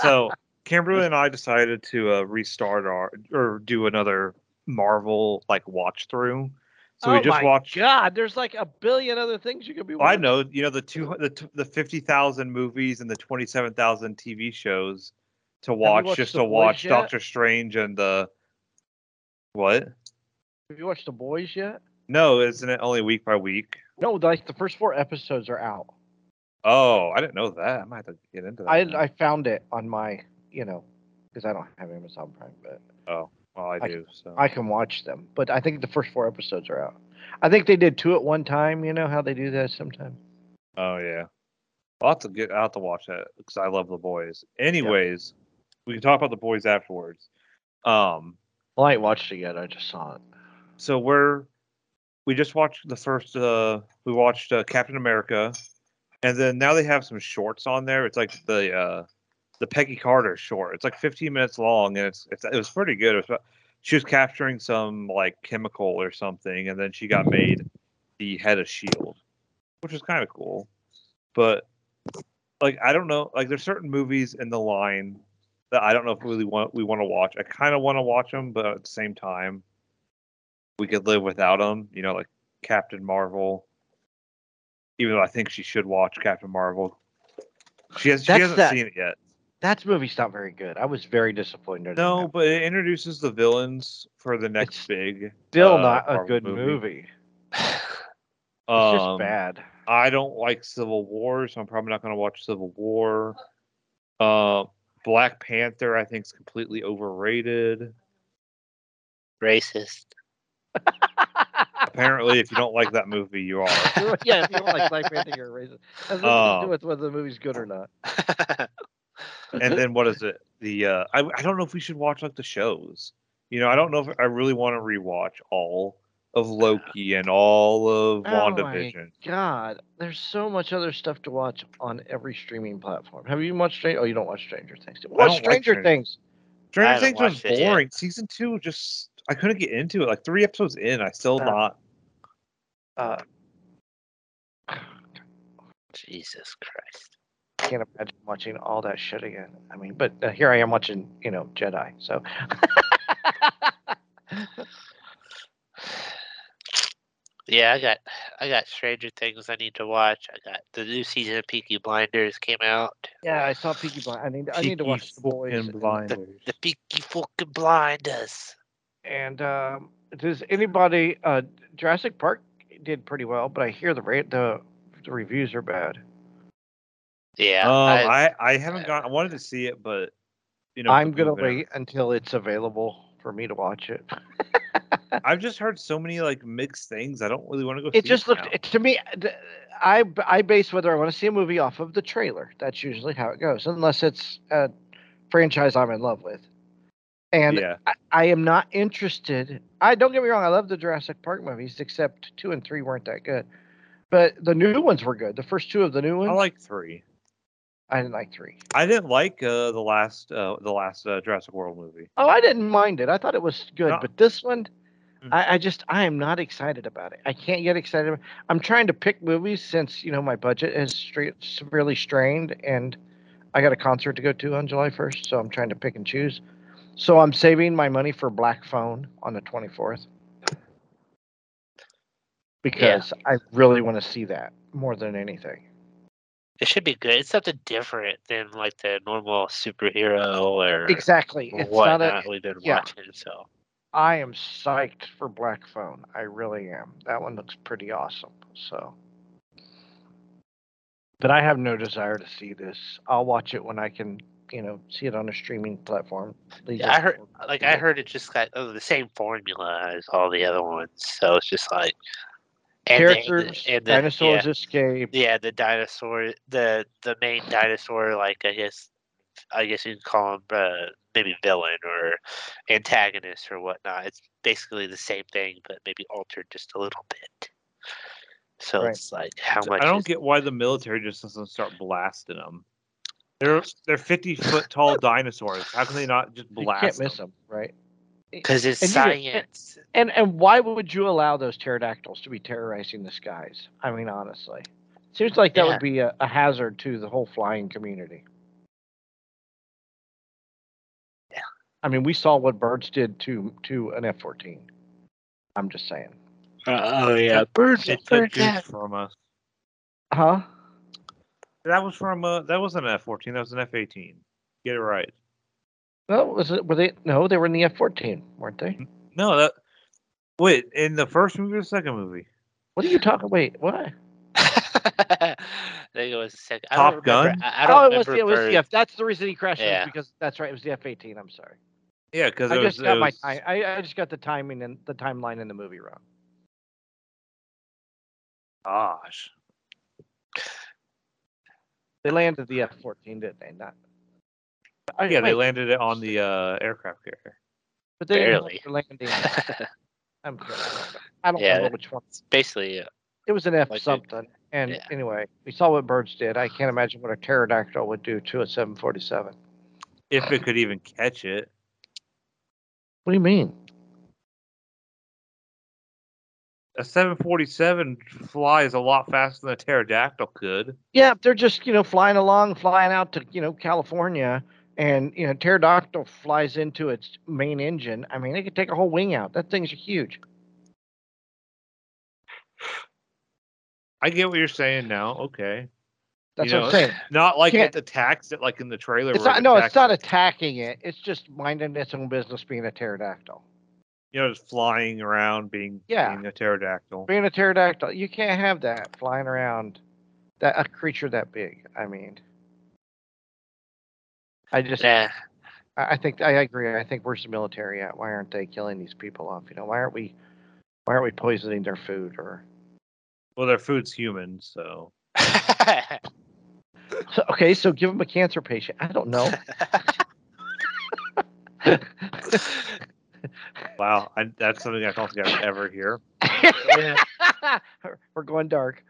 So Kimberly and I decided to uh, restart our or do another Marvel like watch through. So
oh
we just
my
watched.
God, there's like a billion other things you could be.
Well, I
watching.
know, you know, the two the, t- the fifty thousand movies and the twenty seven thousand TV shows to watch
watched
just
The
to
Boys
watch
yet?
Doctor Strange and the what?
Have you watched The Boys yet?
No, isn't it only week by week?
No, like the first four episodes are out.
Oh, I didn't know that. I might have to get into that.
I
now.
I found it on my, you know, because I don't have Amazon Prime, but
well, I
I-
do. so
I can watch them. But I think the first four episodes are out. I think they did two at one time. You know how they do that sometimes.
oh yeah, I'll have to get out to watch that because I love the boys. Anyways, we can talk about the boys afterwards. Um,
Well, I ain't watched it yet. I just saw it.
so we're we just watched the first uh we watched uh, captain america and then now they have some shorts on there it's like the uh the peggy carter short it's like 15 minutes long and it's, it's it was pretty good it was about, she was capturing some like chemical or something and then she got made the head of shield E which is kind of cool but like i don't know like there's certain movies in the line that i don't know if we really want we want to watch i kind of want to watch them but at the same time we could live without them you know like Captain Marvel. Even though I think she should watch Captain Marvel, she has she
That's
hasn't
that-
seen it yet.
That movie's not very good. I was very disappointed. in
No,
that.
but it introduces the villains for the next
It's
big.
still
uh,
not a
Marvel
good
movie.
movie. It's
Um,
just bad.
I don't like Civil War, so I'm probably not going to watch Civil War. Uh, Black Panther, I think, is completely overrated.
Racist.
Apparently, if you don't like that movie, you are.
yeah, if you don't like Black Panther, you're a racist. Has nothing to
Um,
do with whether the movie's good or not.
and then what is it? The uh, I I don't know if we should watch like the shows. You know, I don't know if I really want to rewatch all of Loki and all of
Oh my
WandaVision.
God, there's so much other stuff to watch on every streaming platform. Have you watched Stranger? Oh, you don't watch Stranger Things.
don't
Watch
like
Stranger
Stranger
Things.
I
Stranger
haven't
Things was
watched it yet.
boring. Season two just I couldn't get into it. Like three episodes in, I still
Uh,
not.
Uh,
Jesus Christ.
can't imagine watching all that shit again. I mean, but uh, here I am watching, you know, Jedi. So
Yeah, I got I got Stranger Things I need to watch. I got the new season of Peaky Blinders came out.
yeah, I saw Peaky Blind. I need I need to
Peaky
watch The Boys.
fucking Blinders.
The Peaky fucking Blinders.
And um, does anybody? Uh, Jurassic Park did pretty well, but I hear the rate the the reviews are bad.
Yeah.
um,
I,
I, I haven't gone. I wanted to see it, but you know, with
I'm
the
gonna
move and
wait until it's available for me to watch it.
everything- I've just heard so many like mixed things. I don't really want to go.
It
see
just looked
now.
it, to me. th- I I base whether I want to see a movie off of the trailer. That's usually how it goes, unless it's a franchise I'm in love with. And
yeah,
I, I am not interested. I don't get me wrong. I love the Jurassic Park movies, except two and three weren't that good. But the new ones were good. The first two of the new ones,
I like three.
I didn't like three.
I didn't like uh, the last uh, the last uh, Jurassic World movie.
Oh, I didn't mind it. I thought it was good,
No.
but this one,
Mm.
I, I just I am not excited about it. I can't get excited. ab- I'm trying to pick movies since you know my budget is stra- severely strained, and I got a concert to go to on July 1st, so I'm trying to pick and choose. So I'm saving my money for Black Phone on the 24th because I really want to see that more than anything.
it should be good. It's something different than like the normal superhero or
Exactly. It's
whatnot
not a.
we've been
yeah.
watching. So
I am psyched for Black Phone. I really am. That one looks pretty awesome. So. But I have no desire to see this. I'll watch it when I can you know see it on a streaming platform. These
Yeah, I
are-
heard like I heard it just got oh, the same formula as all the other ones, so it's just like and the-
characters,
and the-
dinosaurs escape.
Yeah, yeah, the dinosaur, the the main dinosaur, like I guess, I guess you can call him uh, maybe villain or antagonist or whatnot. It's basically the same thing, but maybe altered just a little bit. So
Right.
it's like how much
I don't
is-
get why the military just doesn't start blasting them. They're they're fifty foot tall dinosaurs. How can they not just
You
blast?
can't miss
them?
them, right?
because it's
and neither- and-
science.
And and why would you allow those pterodactyls to be terrorizing the skies? I mean, honestly, seems like that
Yeah.
would be a, a hazard to the whole flying community.
Yeah.
I mean, we saw what birds did to to an F fourteen. I'm just saying,
oh yeah, birds,
They took goof from us.
huh?
That was from uh that wasn't an F fourteen. That was an F eighteen. Get it right.
No, was it? Were they? No, they were in the F fourteen, weren't
Mm-hmm.
they?
No, that wait in the first movie or the second movie.
What are you talking? Wait, what?
I think it was the second. I don't
Top
remember.
Gun?
I, I don't
oh, it was,
remember.
the- it was the
birds.
F. That's the reason he crashed. was
Yeah.
because that's right. It was the F eighteen. I'm sorry.
Yeah, because
I
it was,
just got
it
my
was-
ti- I, I just got the timing and the timeline in the movie wrong.
gosh.
They landed the F fourteen, didn't they? Not. I-
Yeah,
wait,
they landed it on the uh, aircraft carrier.
But they didn't
Barely.
hold their landing. I'm kidding. I don't
Yeah.
remember which one.
It's basically uh,
It was an F
Like it-
something. and
yeah.
anyway, we saw what birds did. I can't imagine what a pterodactyl would do to a 747.
If it could even catch it.
What do you mean?
A 747 flies a lot faster than a pterodactyl could.
Yeah, they're just you know flying along, flying out to you know California, and you know pterodactyl flies into its main engine. I mean, it could take a whole wing out. That thing's huge.
I get what you're saying now. Okay.
That's
You
what I'm
know,
saying.
Not like
Can't-
it attacks it like in the trailer.
It's
where
not.
it
No,
attacks
it's not
it,
attacking it. It's just minding its own business, being a pterodactyl.
you know, just flying around being,
Yeah.
being a pterodactyl.
Being a pterodactyl, you can't have that flying around. That a creature that big. I mean, I just.
nah.
I I think I agree. I think where's the military at? Why aren't they killing these people off? You know, why aren't we? Why aren't we poisoning their food or?
Well, their food's human, so.
So, okay, so give them a cancer patient. I don't know.
Wow. I, that's something I don't think I've ever hear.
Yeah.
We're going dark.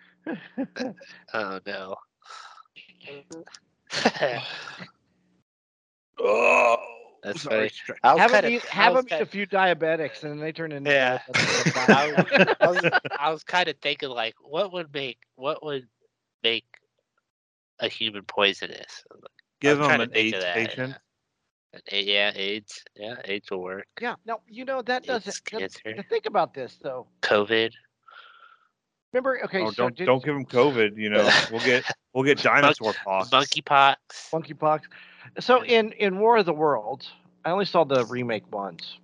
Oh no.
Oh,
That's
sorry.
funny. I was
have them
kinda-
eat,
I
have
was
'em eat
kinda-
a few diabetics, and then they turn into.
Yeah. I
diabetics.
was, I was, I was kind of thinking like, what would make what would make a human poisonous?
Give
I'm trying
them
to
an
think
AIDS
of that,
patient.
An A- Yeah, AIDS. Yeah, AIDS will work.
yeah. No, you know that doesn't.
It's
that-
cancer.
now think about this though.
COVID.
Remember? Okay.
Oh,
so
don't
did-
don't give him COVID. You know, we'll get we'll get dinosaur pox.
Monkeypox.
monkeypox. So in in War of the Worlds, I only saw the remake once.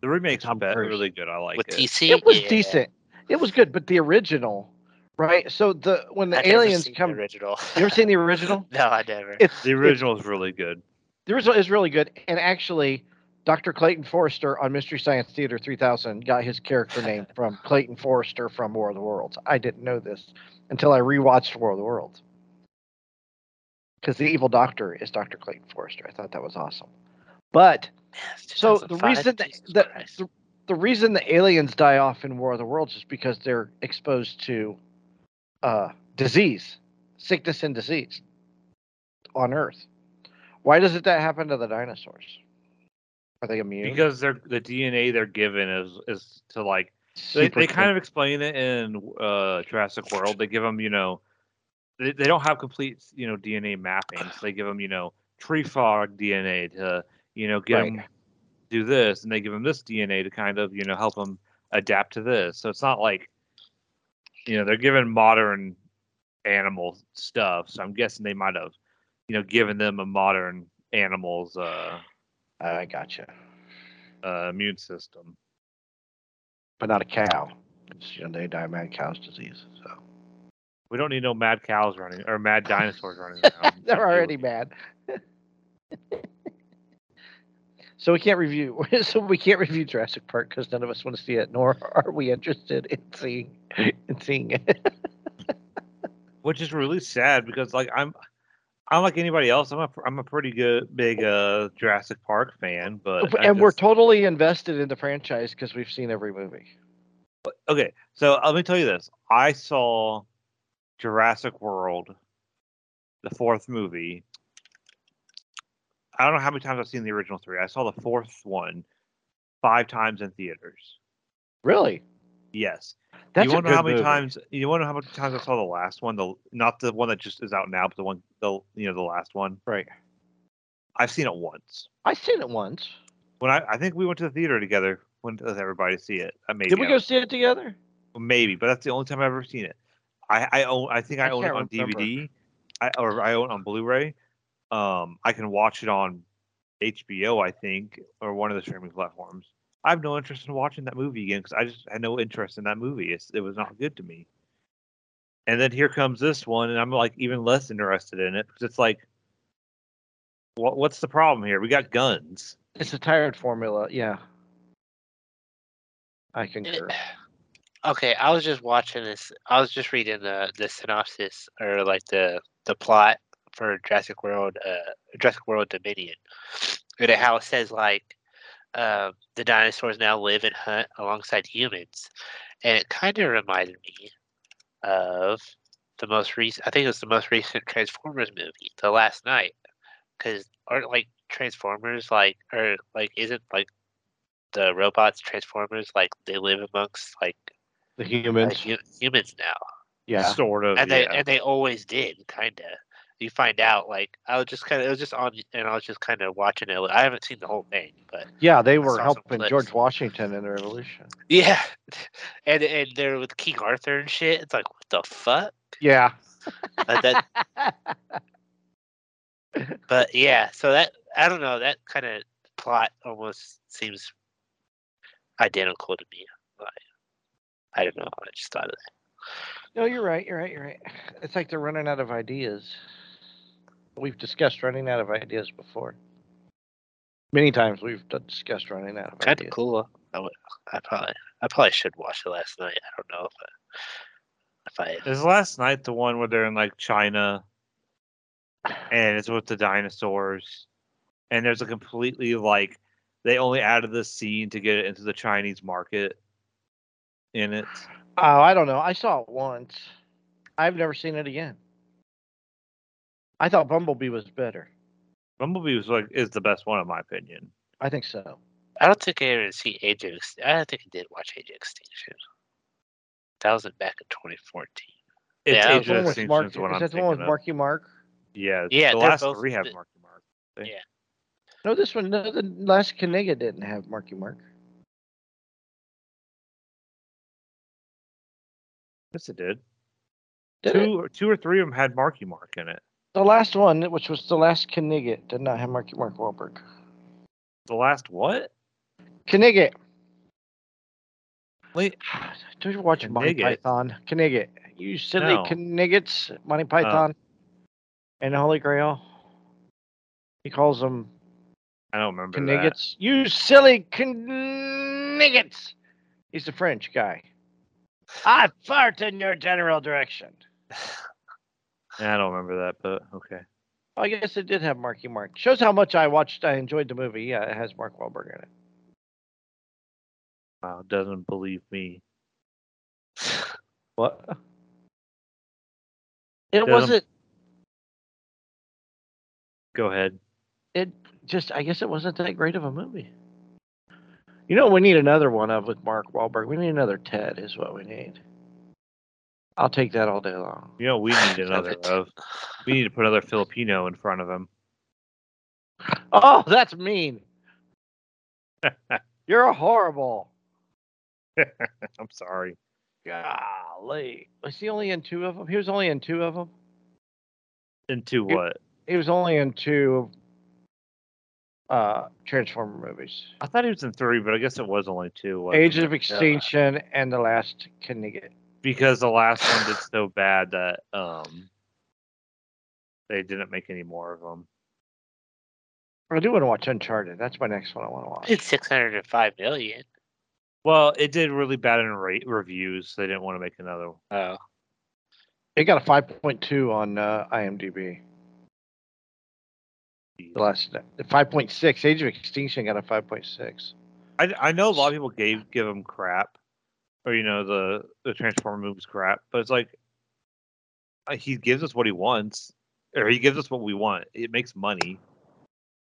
The remake's
Tom
bet,
Cruise.
really good. I like
with
it.
TC.
It was
Yeah.
decent. It was good, but the original, right? So the when the
I've never
aliens
seen the
come, you
original.
ever seen the original?
no, I never.
It's
the
it's-
original is really good.
the original is really good, and actually, Dr. Clayton Forrester on Mystery Science Theater 3000 got his character name from Clayton Forrester from War of the Worlds. I didn't know this until I rewatched War of the Worlds. Because the evil doctor is Dr. Clayton Forrester. I thought that was awesome. But
Yeah, it's
so the
2005,
reason that-
Jesus
that-
Christ.
the- the reason the aliens die off in War of the Worlds is because they're exposed to uh, disease, sickness, and disease on Earth. Why doesn't that happen to the dinosaurs? Are they immune?
Because they're the DNA they're given is is to like they, they kind of explain it in uh Jurassic World. They give them you know they, they don't have complete you know DNA mapping. So they give them you know tree frog DNA to you know get
Right.
them do this, and they give them this DNA to kind of you know help them adapt to this. So it's not like you know they're given modern animal stuff. So I'm guessing they might have you know given them a modern animal's uh,
I gotcha,
uh immune system.
but not a cow. 'Cause, You know, they die of mad cow's disease. So
We don't need no mad cows running or mad dinosaurs running around.
they're already mad. So we can't review. So we can't review Jurassic Park because none of us want to see it, nor are we interested in seeing in seeing it.
which is really sad because like I'm I'm like anybody else. I'm a I'm a pretty good big uh Jurassic Park fan, but I
and we're
just-
totally invested in the franchise because we've seen every movie.
okay. So uh, let me tell you this: I saw Jurassic World, the fourth movie. I don't know how many times I've seen the original three. I saw the fourth one five times in theaters.
Really?
Yes.
That's
you
a
want to
good
know how many
movie.
times? You want to know how many times I saw the last one? The not the one that just is out now, but the one the you know the last one.
Right.
I've seen it once.
I seen it once.
When I, I think we went to the theater together when with everybody to see it. Uh, Maybe
Did we
I-
go see it together?
Maybe, but that's the only time I've ever seen it. I, I own. I think I,
I
own it
can't
on
remember.
DVD, I, or I own it on Blu-ray. Um, I can watch it on HBO, I think, or one of the streaming platforms. I have no interest in watching that movie again because I just had no interest in that movie. It's, it was not good to me. And then here comes this one, and I'm like even less interested in it because it's like, what what's the problem here? We got guns.
It's a tired formula. Yeah. I concur.
Okay, I was just watching this. I was just reading the the synopsis or like the the plot for Jurassic World, uh, Jurassic World Dominion, and how it says like uh, the dinosaurs now live and hunt alongside humans, and it kind of reminded me of the most recent. I think it was the most recent Transformers movie, The Last Night, because aren't like Transformers like or like isn't like the robots Transformers like they live amongst like
The
uh,
humans.
hu- humans now,
Yeah.
Sort of.
and
yeah.
they and they always did, kind of. You find out like I was just kind of it was just on, and I was just kind of watching it. I haven't seen the whole thing, but
Yeah, they
I
were
saw some
helping
clips.
George Washington in the Revolution.
yeah, and and they're with King Arthur and shit. It's like what the fuck.
Yeah.
But that, but yeah, so that I don't know. That kind of plot almost seems identical to me. Like, I don't know. I just thought of that.
No, you're right. You're right. You're right. It's like they're running out of ideas. We've discussed running out of ideas before. Many times we've d- discussed running out of
Kind of
ideas.
cool. I would. I probably. I probably should watch it last night. I don't know if I. If I
Is last night the one where they're in like China and it's with the dinosaurs? And there's a completely like they only added this scene to get it into the Chinese market in it.
Oh, I don't know. I saw it once. I've never seen it again. I thought Bumblebee was better.
Bumblebee was like is the best one in my opinion.
I think so.
I don't think I ever see Age of Ext- I don't think I did watch Age of Extinction. That was back in 2014.
It's
Yeah,
Age
The
of
one with
Extinction
Mark-
is the one
is
I'm
that the one with
thinking of.
Marky Mark?
Yeah,
Yeah,
the
they're
last
both-
three have
the-
Marky Mark.
No, this one. No, the last Kanega didn't have Marky Mark.
Yes, it did.
Did it?
two, two or three of them had Marky Mark in it.
The last one, which was the last Knigget, did not have Marky Mark Wahlberg.
The last what?
Knigget.
Wait,
Did you watch Monty
Knigget?
Python? Knigget. You silly
No. Uh.
Kniggets, Monty Python and the Holy Grail. He calls them
I don't remember that.
Kniggets. You silly Kniggets. He's a French guy. I fart in your general direction.
I don't remember that, but okay.
Oh, I guess it did have Marky Mark. Shows how much I watched. I enjoyed the movie. Yeah, it has Mark Wahlberg in it.
Wow, doesn't believe me.
What? It
Doesn't-
wasn't.
Go ahead.
It just. I guess it wasn't that great of a movie. You know, what we need another one of with Mark Wahlberg. We need another Ted. Is what we need. I'll take that all day long.
You know, we need another
it.
of. We need to put another Filipino in front of him.
Oh, that's mean. You're a horrible.
I'm sorry.
Golly, was he only in two of them? He was only in two of them.
Into
You-
what?
He was only in two uh Transformer movies.
I thought he was in three, but I guess it was only two. wasn't
Age
it?
of Extinction and the last Knigget.
Because the last one did so bad that um they didn't make any more of them.
I do want to watch Uncharted. That's my next one I want to watch.
It's 605 million.
Well, it did really bad in rate reviews. So they didn't want to make another. one.
Oh,
It got a 5.2 on uh, IMDb. The last the 5.6. Age of Extinction got a 5.6.
I, I know a lot of people gave give them crap, or you know the the Transformer movies crap, but it's like uh, he gives us what he wants, or he gives us what we want. It makes money.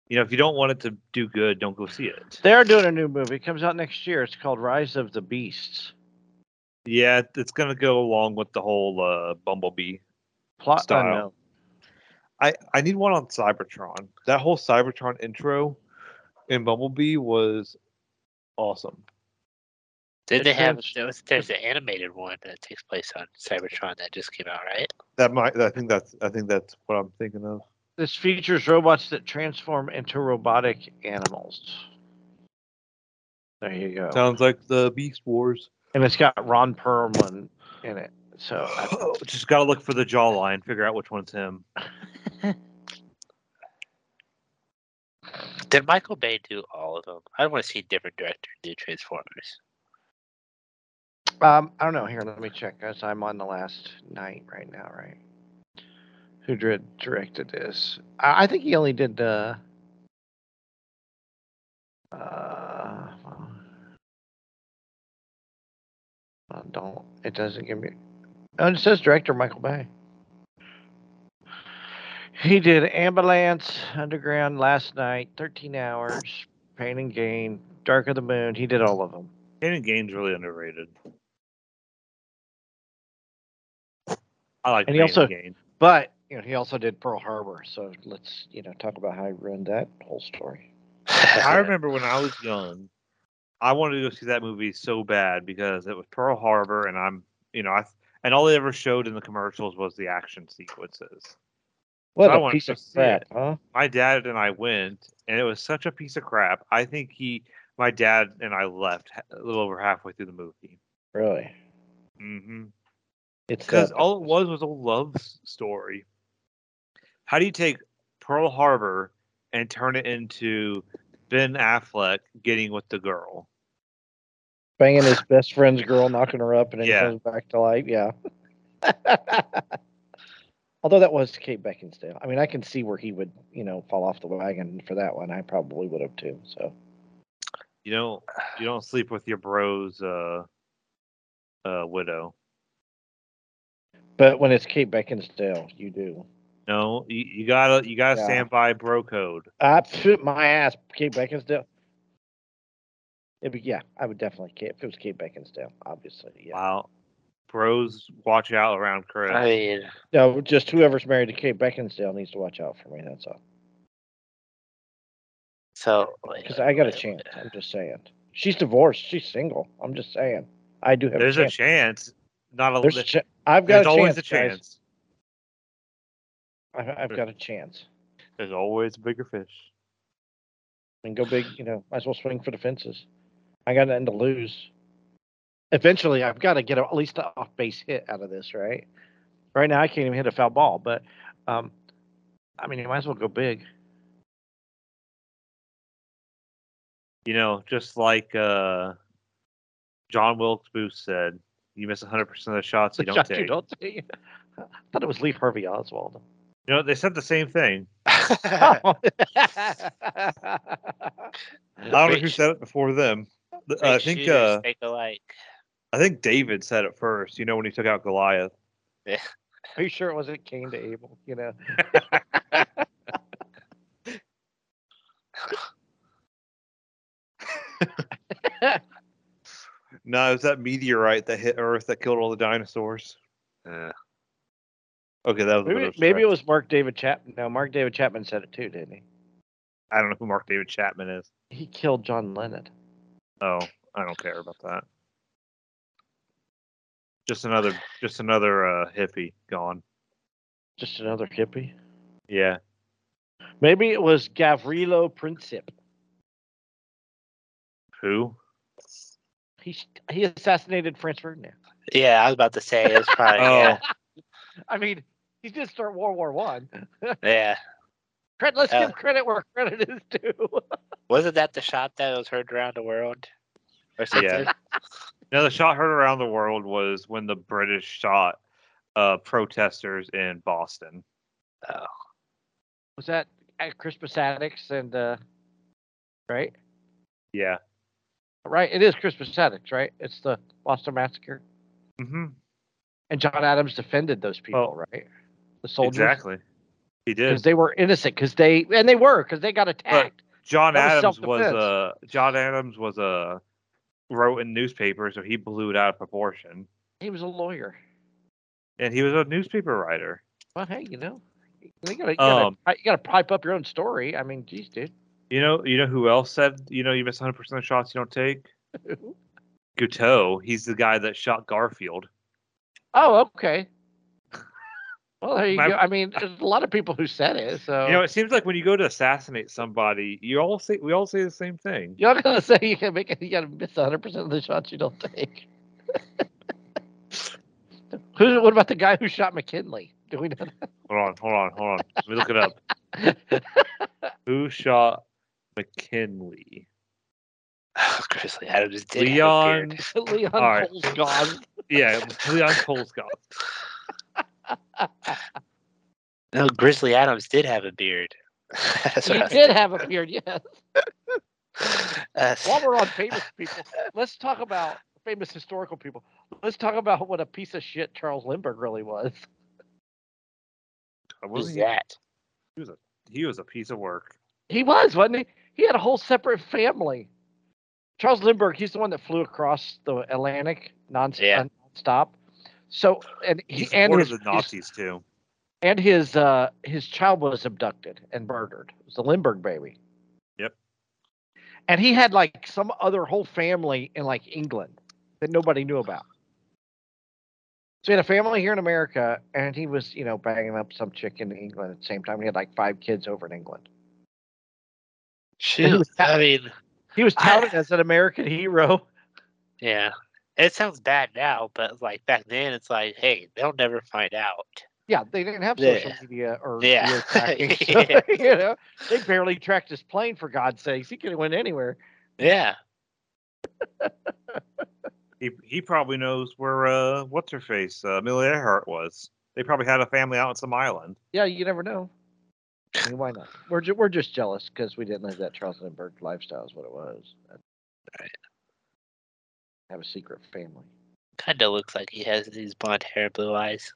You know, if you don't want it to do good, don't go see it.
They are doing a new movie. It comes out next year. It's called Rise of the Beasts.
Yeah, it's gonna go along with the whole uh, Bumblebee.
Plot
Style.
unknown.
I I need one on Cybertron. That whole Cybertron intro in Bumblebee was awesome.
did they
It's
have?
trans-
There was, there's an animated one that takes place on Cybertron that just came out, right?
That might I think that's I think that's what I'm thinking of.
This features robots that transform into robotic animals. There you go.
Sounds like the Beast Wars.
and it's got Ron Perlman in it. So I-
Just gotta look for the jawline, figure out which one's him.
Did Michael Bay do all of them? I want to see a different director do Transformers.
um, I don't know. Here, let me check. As I'm on the last night right now, right? Who dir- directed this? I, I think he only did. Uh, uh, I don't. It doesn't give me. Oh, it says director Michael Bay. He did Ambulance, Underground, Last Night, 13 Hours, Pain and Gain, Dark of the Moon. He did all of them.
Canon Gain's really underrated. I like
And
Canon
he also-
Gain.
But you know, he also did Pearl Harbor, so let's you know talk about how he ruined that whole story.
I remember when I was young, I wanted to go see that movie so bad because it was Pearl Harbor, and I'm, you know, I and all they ever showed in the commercials was the action sequences.
What
I
a
wanted
piece
to
of
see
crap,
it.
huh?
My dad and I went, and it was such a piece of crap. I think he, my dad and I left ha- a little over halfway through the movie.
Really?
hmm
It's
Because
that
all it
bad.
was was a love s- story. How do you take Pearl Harbor and turn it into Ben Affleck getting with the girl?
banging his best friend's girl, knocking her up, and then
Yeah.
comes back to life. Yeah. Although that was Kate Beckinsdale. I mean, I can see where he would, you know, fall off the wagon for that one. I probably would have too. So
You don't you don't sleep with your bro's uh, uh, widow.
but when it's Kate Beckinsdale, you do.
No, you, you gotta you gotta
Yeah.
stand by bro code.
I put my ass, Kate Beckinsdale. It'd be, yeah, I would definitely Kate if it was Kate Beckinsdale, obviously. Yeah.
Wow, bros, watch out around Chris.
I mean,
No, just whoever's married to Kate Beckinsdale needs to watch out for me. That's all.
so like,
Because I got a chance. I'm just saying. She's divorced. She's single. I'm just saying. I do have
There's
a
a
chance.
chance. Not a.
There's a
there's
cha- I've got a
always
chance,
a chance.
Guys. I- I've
Sure.
got a chance.
There's always a bigger fish.
And go big, you know, might as well swing for the fences. I got nothing to lose. Eventually, I've got to get at least an off base hit out of this, right? Right now, I can't even hit a foul ball, but um, I mean, you might as well go big.
you know, just like uh, John Wilkes Booth said, you miss 100% of the shots you don't
Shot
take.
You
You,
don't take. I thought it was Lee Harvey Oswald.
know, they said the same thing. I
Oh.
don't know who
Rich-
said it before them. Th- I
rich
think
shooters
uh,
think alike.
I think David said it first. You know, when he took out Goliath.
Are you sure it wasn't Cain to Abel? You know,
No, it was that meteorite that hit Earth that killed all the dinosaurs.
Uh,
Okay, that was a bit
maybe,
of a
maybe it
stretch.
was Mark David Chapman. No, Mark David Chapman said it too, didn't he?
I don't know who Mark David Chapman is.
He killed John Lennon.
Oh, I don't care about that. Just another, just another uh, hippie gone.
Just another hippie.
Yeah,
Maybe it was Gavrilo Princip.
who?
He s- he assassinated Franz Ferdinand.
yeah, I was about to say it's probably
Oh,
yeah,
I mean, he did start World War One.
yeah.
Cred- Let's
Uh,
give credit where credit is due.
Wasn't that the shot that was heard around the world? Or something?
Yeah. Now, the shot heard around the world was when the British shot uh, protesters in Boston.
Was that at Christmas Addicts and uh, right?
Yeah.
Right, it is Christmas Addicts, right? It's the Boston Massacre, Mm-hmm.
hmm
and John Adams defended those people, right? The soldiers,
Exactly. He did.
because they were innocent, because they and they were, because they got attacked.
John
That was
Adams was
self-defense.
a John Adams was a wrote in newspapers, so he blew it out of proportion.
He was a lawyer.
And he was a newspaper writer.
Well, hey, you know, you gotta, you gotta,
Um,
you gotta pipe up your own story. I mean, geez, dude.
You know, you know who else said you know you miss 100 percent of shots you don't take. Guteau, he's the guy that shot Garfield.
Oh, okay. Well, there you
My-
go. I mean, there's a lot of people who said it, so
You know, it seems like when you go to assassinate somebody, you all say we all say the same thing.
you're not gonna say you can make it. You gotta miss 100 percent of the shots you don't take. Who's, what about the guy who shot McKinley? Do we know?
Hold on, hold on, hold on. Let me look it up. Who shot McKinley?
Oh, Grizzly Adams did. have a
Leon.
beard.
Leon
All right.
Cole's gone.
Yeah, Leon Kolsgov.
No, Grizzly Adams did have a beard. That's
He
what I was
did have a beard, yes.
thinking. That's-
While we're on famous people, let's talk about famous historical people. Let's talk about what a piece of shit Charles Lindbergh really was.
I
Who's
wasn't-
that?
He was a piece of work.
He was, wasn't he? He had a whole separate family. Charles Lindbergh, he's the one that flew across the Atlantic non
Yeah.
stop. So and he
He
and
supported
his,
the
his
Nazis too.
and his uh his child was abducted and murdered. It was the Lindbergh baby.
Yep.
And he had like some other whole family in like England that nobody knew about. So he had a family here in America, and he was, you know, banging up some chick in England at the same time. He had like five kids over in England.
Shoot. I mean,
He was
I-
touted as an American hero.
yeah. It sounds bad now, but like back then, it's like, hey, they'll never find out.
Yeah, they didn't have
Yeah.
social media or
Yeah.
geo tracking, so,
Yeah.
you know, they barely tracked his plane for God's sakes. He could have went anywhere.
Yeah.
He he probably knows where uh what's her face uh, Amelia Earhart was. They probably had a family out on some island.
Yeah, you never know. I mean, why not? We're ju- we're just jealous because we didn't live that Charlestonburg lifestyle is what it was.
Right.
Have a secret family.
Kind of looks like he has these blonde hair, blue eyes.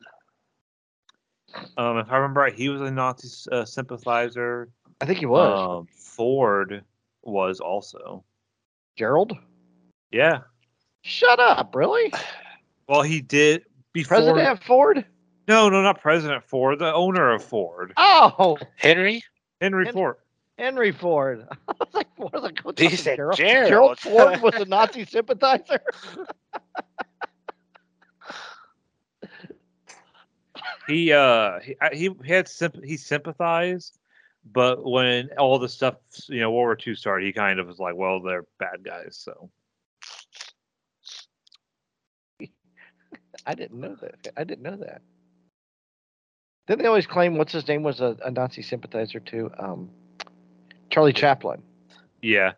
Um, if I remember right, he was a Nazi uh, sympathizer.
I think he was
Um, Ford was also.
Gerald.
Yeah.
Shut up, really?
Well, he did before.
President Ford?
No, no, not President Ford. The owner of Ford,
Oh,
Henry?
Henry
Hen-
Ford.
Henry Ford. I was like, what was I going
He
to
said
Gerald?
Gerald.
Gerald Ford was a Nazi sympathizer.
He uh he I- he had symp- he sympathized, but when all the stuff you know World War II started, he kind of was like, well, they're bad guys, so.
I didn't know that. I didn't know that. Didn't they always claim what's his name was a, a Nazi sympathizer too? Um, Charlie Chaplin.
Yeah.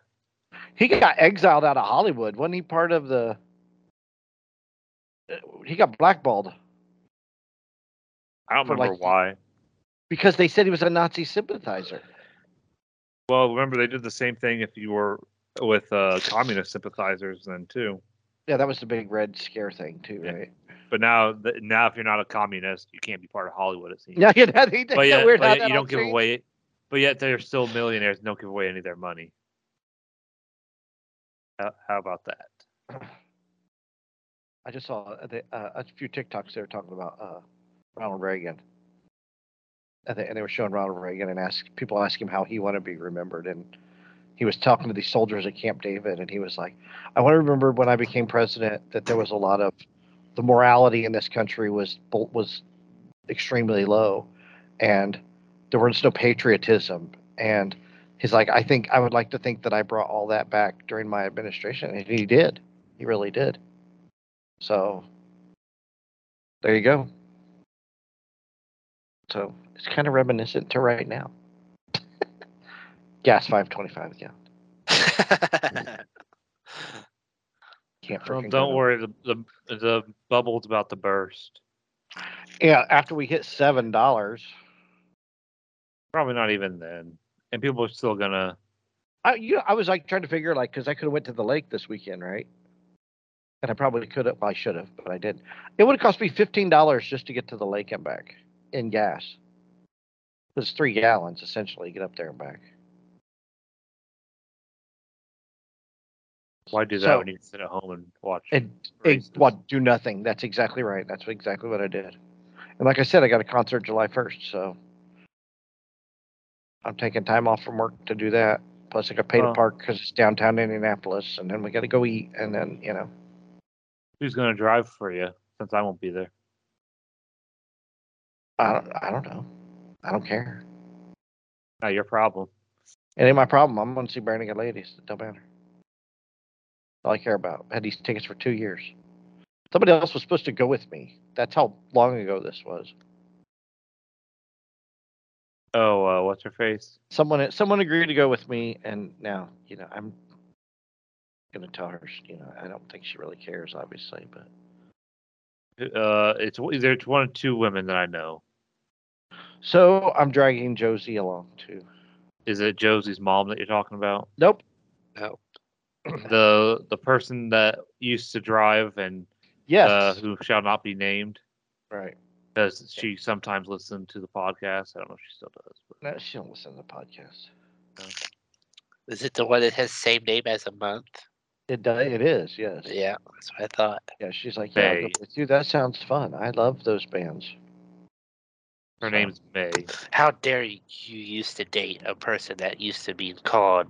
He got exiled out of Hollywood. Wasn't he part of the? uh, He got blackballed
I don't
For,
remember
like,
why.
because they said he was a Nazi sympathizer.
Well, remember they did the same thing if you were with uh, communist sympathizers then too.
Yeah, that was the big red scare thing too,
Yeah.
right?
But now, th- now if you're not a communist, you can't be part of Hollywood. It seems.
Yeah, yeah, that, that,
but yet,
weird
but
how
yet
that
you
all
don't give
changed.
away. But yet they're still millionaires. and Don't give away any of their money. How, how about that?
I just saw uh, the, uh, a few TikToks they were talking about uh, Ronald Reagan, and they, and they were showing Ronald Reagan and ask people ask him how he wanted to be remembered, and he was talking to these soldiers at Camp David, and he was like, "I want to remember when I became president that there was a lot of the morality in this country was bul- was extremely low, and there was no patriotism, and he's like, I think I would like to think that I brought all that back during my administration, and he did, he really did." So there you go. So it's kind of reminiscent to right now. Yes, five twenty-five. Yeah, can't.
Well,
freaking go
don't
no-
worry. The, the the bubble's about to burst.
Yeah, after we hit seven dollars,
Probably not even then. And people are still gonna.
I you I was like trying to figure like because I could have went to the lake this weekend, right? And I probably could have. Well, I should have, but I didn't. It would have cost me fifteen dollars just to get to the lake and back in gas. It's three gallons essentially. Get up there and back.
Why do that
So-
when you can sit at home and watch?
And
races?
It, what do nothing. That's exactly right. That's exactly what I did. And like I said, I got a concert July first, so I'm taking time off from work to do that. Plus, I got paid
Huh.
to park because it's downtown Indianapolis, and then we got to go eat, and then you know,
Who's gonna drive for you? Since I won't be there.
I don't, I don't know, I don't care.
Not your problem.
It ain't my problem. I'm gonna see Bare Naked Ladies. It don't matter. All I care about. I had these tickets for two years. Somebody else was supposed to go with me. That's how long ago this was.
Oh, uh, what's her face?
someone eh, someone agreed to go with me and now you know i'm gonna tell her she- you know i don't think she really cares obviously but
Uh, it's either it's one of two women that I know.
so i'm dragging josie along too
Is it Josie's mom that you're talking about?
nope
The the person that used to drive and
yes
uh, who shall not be named
right
because she sometimes listens to the podcast. I don't know if she still does. But
no, she don't listen to the podcast
Is it the one that has same name as a month?
it does it is yes yeah,
Yeah, that's what I thought.
she's like yeah I'll go
Hey.
with you. that sounds fun i love those bands
her name's May.
How dare you you used to date a person that used to be called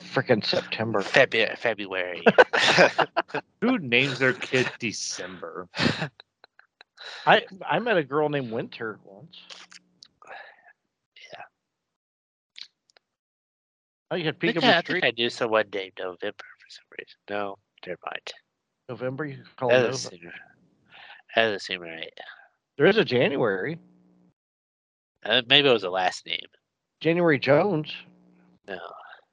freaking september
Febu- February?
Who names their kid December?
i i met a girl named winter once
Yeah.
oh you had
I think
peekaboo
I, I
street
think I knew someone named November for some reason. No, never mind.
november you could call
That
it
doesn't
Oh, Nova.
seem, that doesn't seem right.
there is a january
Uh, maybe it was a last name.
january jones
No,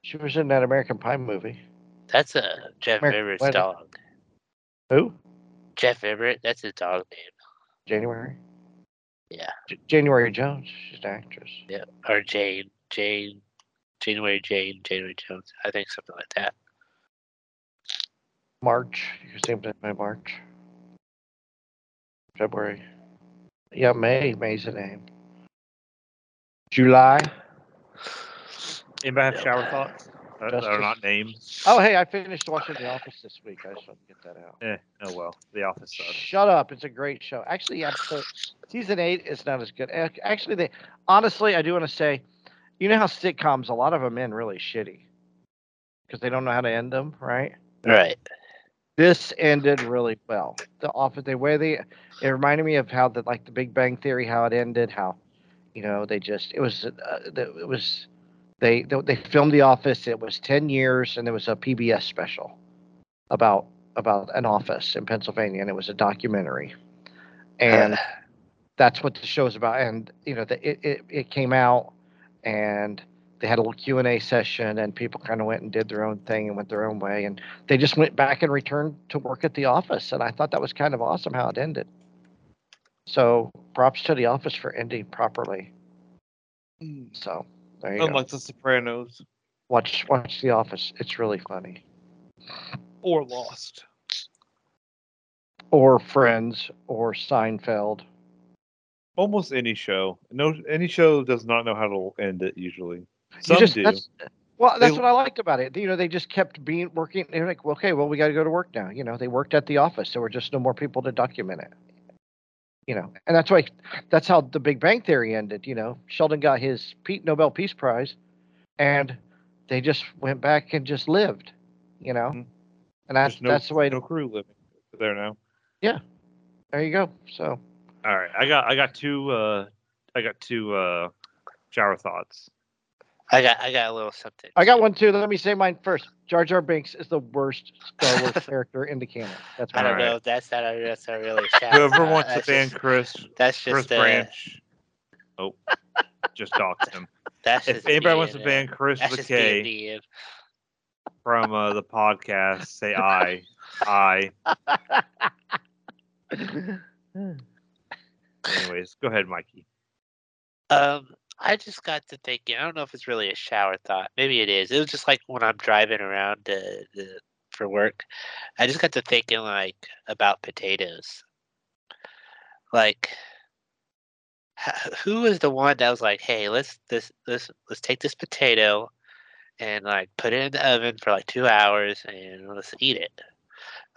She was in that American Pie movie.
that's a Jeff
Mer-
Everett's
what-
dog.
Who?
Jeff Everett, that's his dog name.
January.
Yeah.
J- January Jones. She's an actress.
Or Jane, Jane, January Jane, January Jones. I think something like that.
March. You can see that by March. February. Yeah, May. May's the name. July.
Anybody have
No.
shower thoughts? That that are
Justice.
not names.
Oh, hey, I finished watching The Office this week. I just want to get that out.
Eh, oh well. The Office sucks.
Shut up! It's a great show. Actually, episode season eight is not as good. Ac- Actually, they honestly, I do want to say, you know how sitcoms, a lot of them end really shitty because they don't know how to end them, right?
Right.
this ended really well. The office, the way they, it reminded me of how the like the Big Bang Theory, how it ended, how, you know, they just it was, uh, the- it was, they they they filmed The Office. It was ten years, and there was a PBS special about about an office in Pennsylvania, and it was a documentary, and that's what the show's about. And you know, the, it, it it came out, and they had a little Q and A session, and people kind of went and did their own thing and went their own way, and they just went back and returned to work at the office and i thought that was kind of awesome how it ended so props to the office for ending properly so there you go
Unlike The Sopranos
watch watch the office it's really funny
or Lost.
or friends or seinfeld
Almost any show. No, any show does not know how to end it usually. Some
you just,
do.
That's, well, that's
They-
what I liked about it. You know, they just kept being working. They're like, well, okay, well, we got to go to work now. You know, they worked at the office. There were just no more people to document it. You know, and that's why that's how the Big Bang Theory ended. You know, Sheldon got his Pe- Nobel Peace Prize, and they just went back and just lived. You know,
Mhm.
and that's
There's no,
that's the way.
no crew living there now.
There you go. So
All right, I got I got two uh I got two uh shower thoughts.
I got I got a little something.
I got one too. Let me say mine first. Jar Jar Binks is the worst Star Wars character in the canon. That's
I
my
don't
Alright.
know if that's not a, that's not really shout.
Whoever
Uh,
wants to
that's
ban
just-
Chris,
That's
Chris
just uh,
Branch. Oh, just dox him.
That's
If
just
anybody
being
wants to
a-
ban Chris
that's
with a
just
K
being being.
from uh, the podcast, say I. I. Anyways, go ahead, Mikey.
Um, I just got to thinking. I don't know if it's really a shower thought. Maybe it is. It was just like when I'm driving around to, to, for work. I just got to thinking like about potatoes. Like, h- who was the one that was like, "Hey, let's this this let's take this potato and like put it in the oven for like two hours and let's eat it."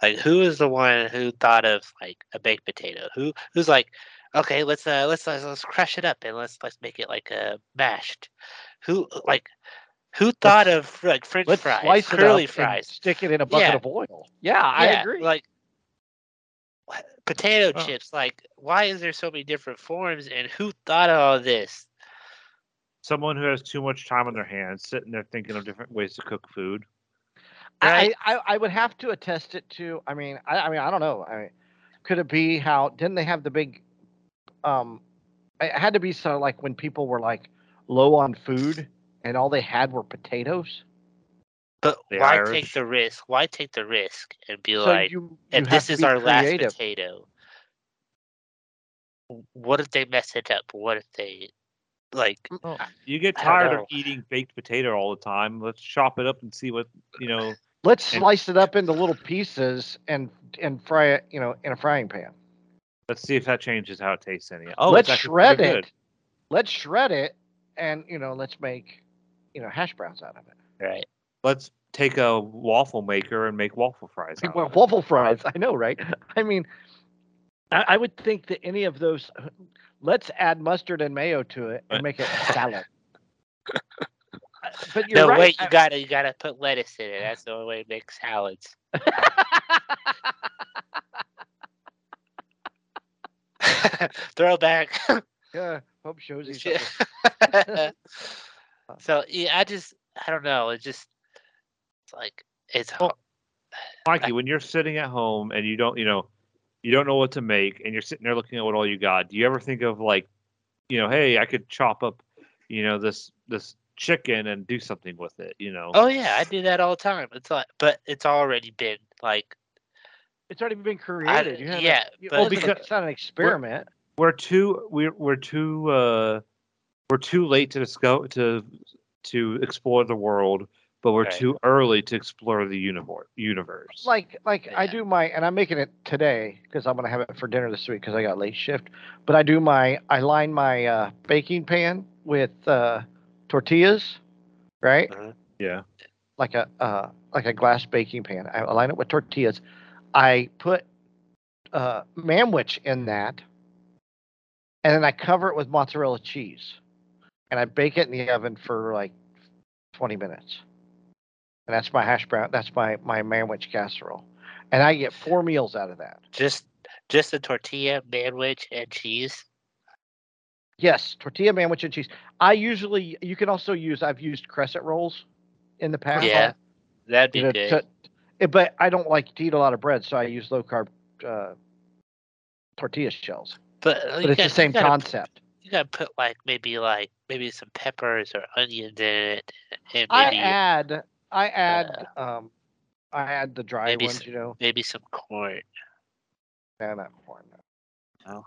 Like, who was the one who thought of like a baked potato? Who who's like, okay let's uh let's let's, let's crush it up and let's let's make it like uh mashed who like who thought of like french
Let's
fries
slice it
curly
up and
fries
stick it in a bucket
Yeah.
of oil. Yeah, I
Yeah,
agree.
like what- potato
Oh.
chips like why is there so many different forms and who thought of all this
Someone who has too much time on their hands, sitting there thinking of different ways to cook food.
I,
Right.
I I would have to attest it to. I mean, I, I mean, I don't know. I mean, could it be how didn't they have the big? Um, it had to be sort of like when people were like low on food and all they had were potatoes.
but
The
why
Irish.
take the risk why take the risk and be
So
like
you, you
if
have
this
to
is
be
our
creative.
last potato w- what if they mess it up what if they like
Mm, Oh.
You get
I don't
tired of
know.
eating baked potato all the time. Let's chop it up and see what you know.
Let's
and-
slice it up into little pieces and and fry it, you know, in a frying pan.
Let's see if that changes how it tastes. Any? Oh,
let's
it's actually pretty
shred it.
good.
Let's shred it, and you know, let's make you know hash browns out of it.
right
Let's take a waffle maker and make waffle fries. Out
Well,
of it.
waffle fries. I know, right? I mean, I, I would think that any of those. Let's add mustard and mayo to it and
But-
make it a salad. Uh, But you're
no
right.
wait you
I-
gotta you gotta put lettuce in it that's the only way to make salads throwback.
yeah, uh, hope shows you
Shit.
something.
so yeah, I just I don't know. It just it's like it's
Oh.
Well, Mikey, when you're sitting at home and you don't, you know, you don't know what to make, and you're sitting there looking at what all you got. Do you ever think of like, you know, hey, I could chop up, you know, this this chicken and do something with it. You know,
oh yeah, I do that all the time. It's like but it's already been like
It's already been created. You haven't-
yeah,
you-
but-
it wasn't a-
Because-
it's not an experiment.
we're too we're we're too uh we're too late to disco to to explore the world, but we're
Right.
too early to explore the universe. Universe.
Like, like I
Yeah.
do my, and I'm making it today because I'm gonna have it for dinner this week because I got late shift. But I do my, I line my uh, baking pan with uh, tortillas, right?
uh,
yeah.
like a uh, like a glass baking pan. I align it with tortillas. I put uh, manwich in that, and then I cover it with mozzarella cheese, and I bake it in the oven for like 20 minutes. And that's my hash brown. That's my my manwich casserole, and I get four meals out of that.
just just a tortilla, manwich, and cheese.
Yes, tortilla manwich and cheese. I usually you can also use. I've used crescent rolls in the past.
Yeah, that'd be
you know,
good.
to- it- but I don't like to eat a lot of bread, so I use low carb uh, tortilla shells.
but uh,
But
you
it's
gotta-
the same
you gotta-
concept.
You gotta put like maybe like maybe some peppers or onions in it, and
I
maybe
add, I add, um, I add the dry
maybe
ones,
s-
you know,
maybe some corn.
no, not corn. No.
No.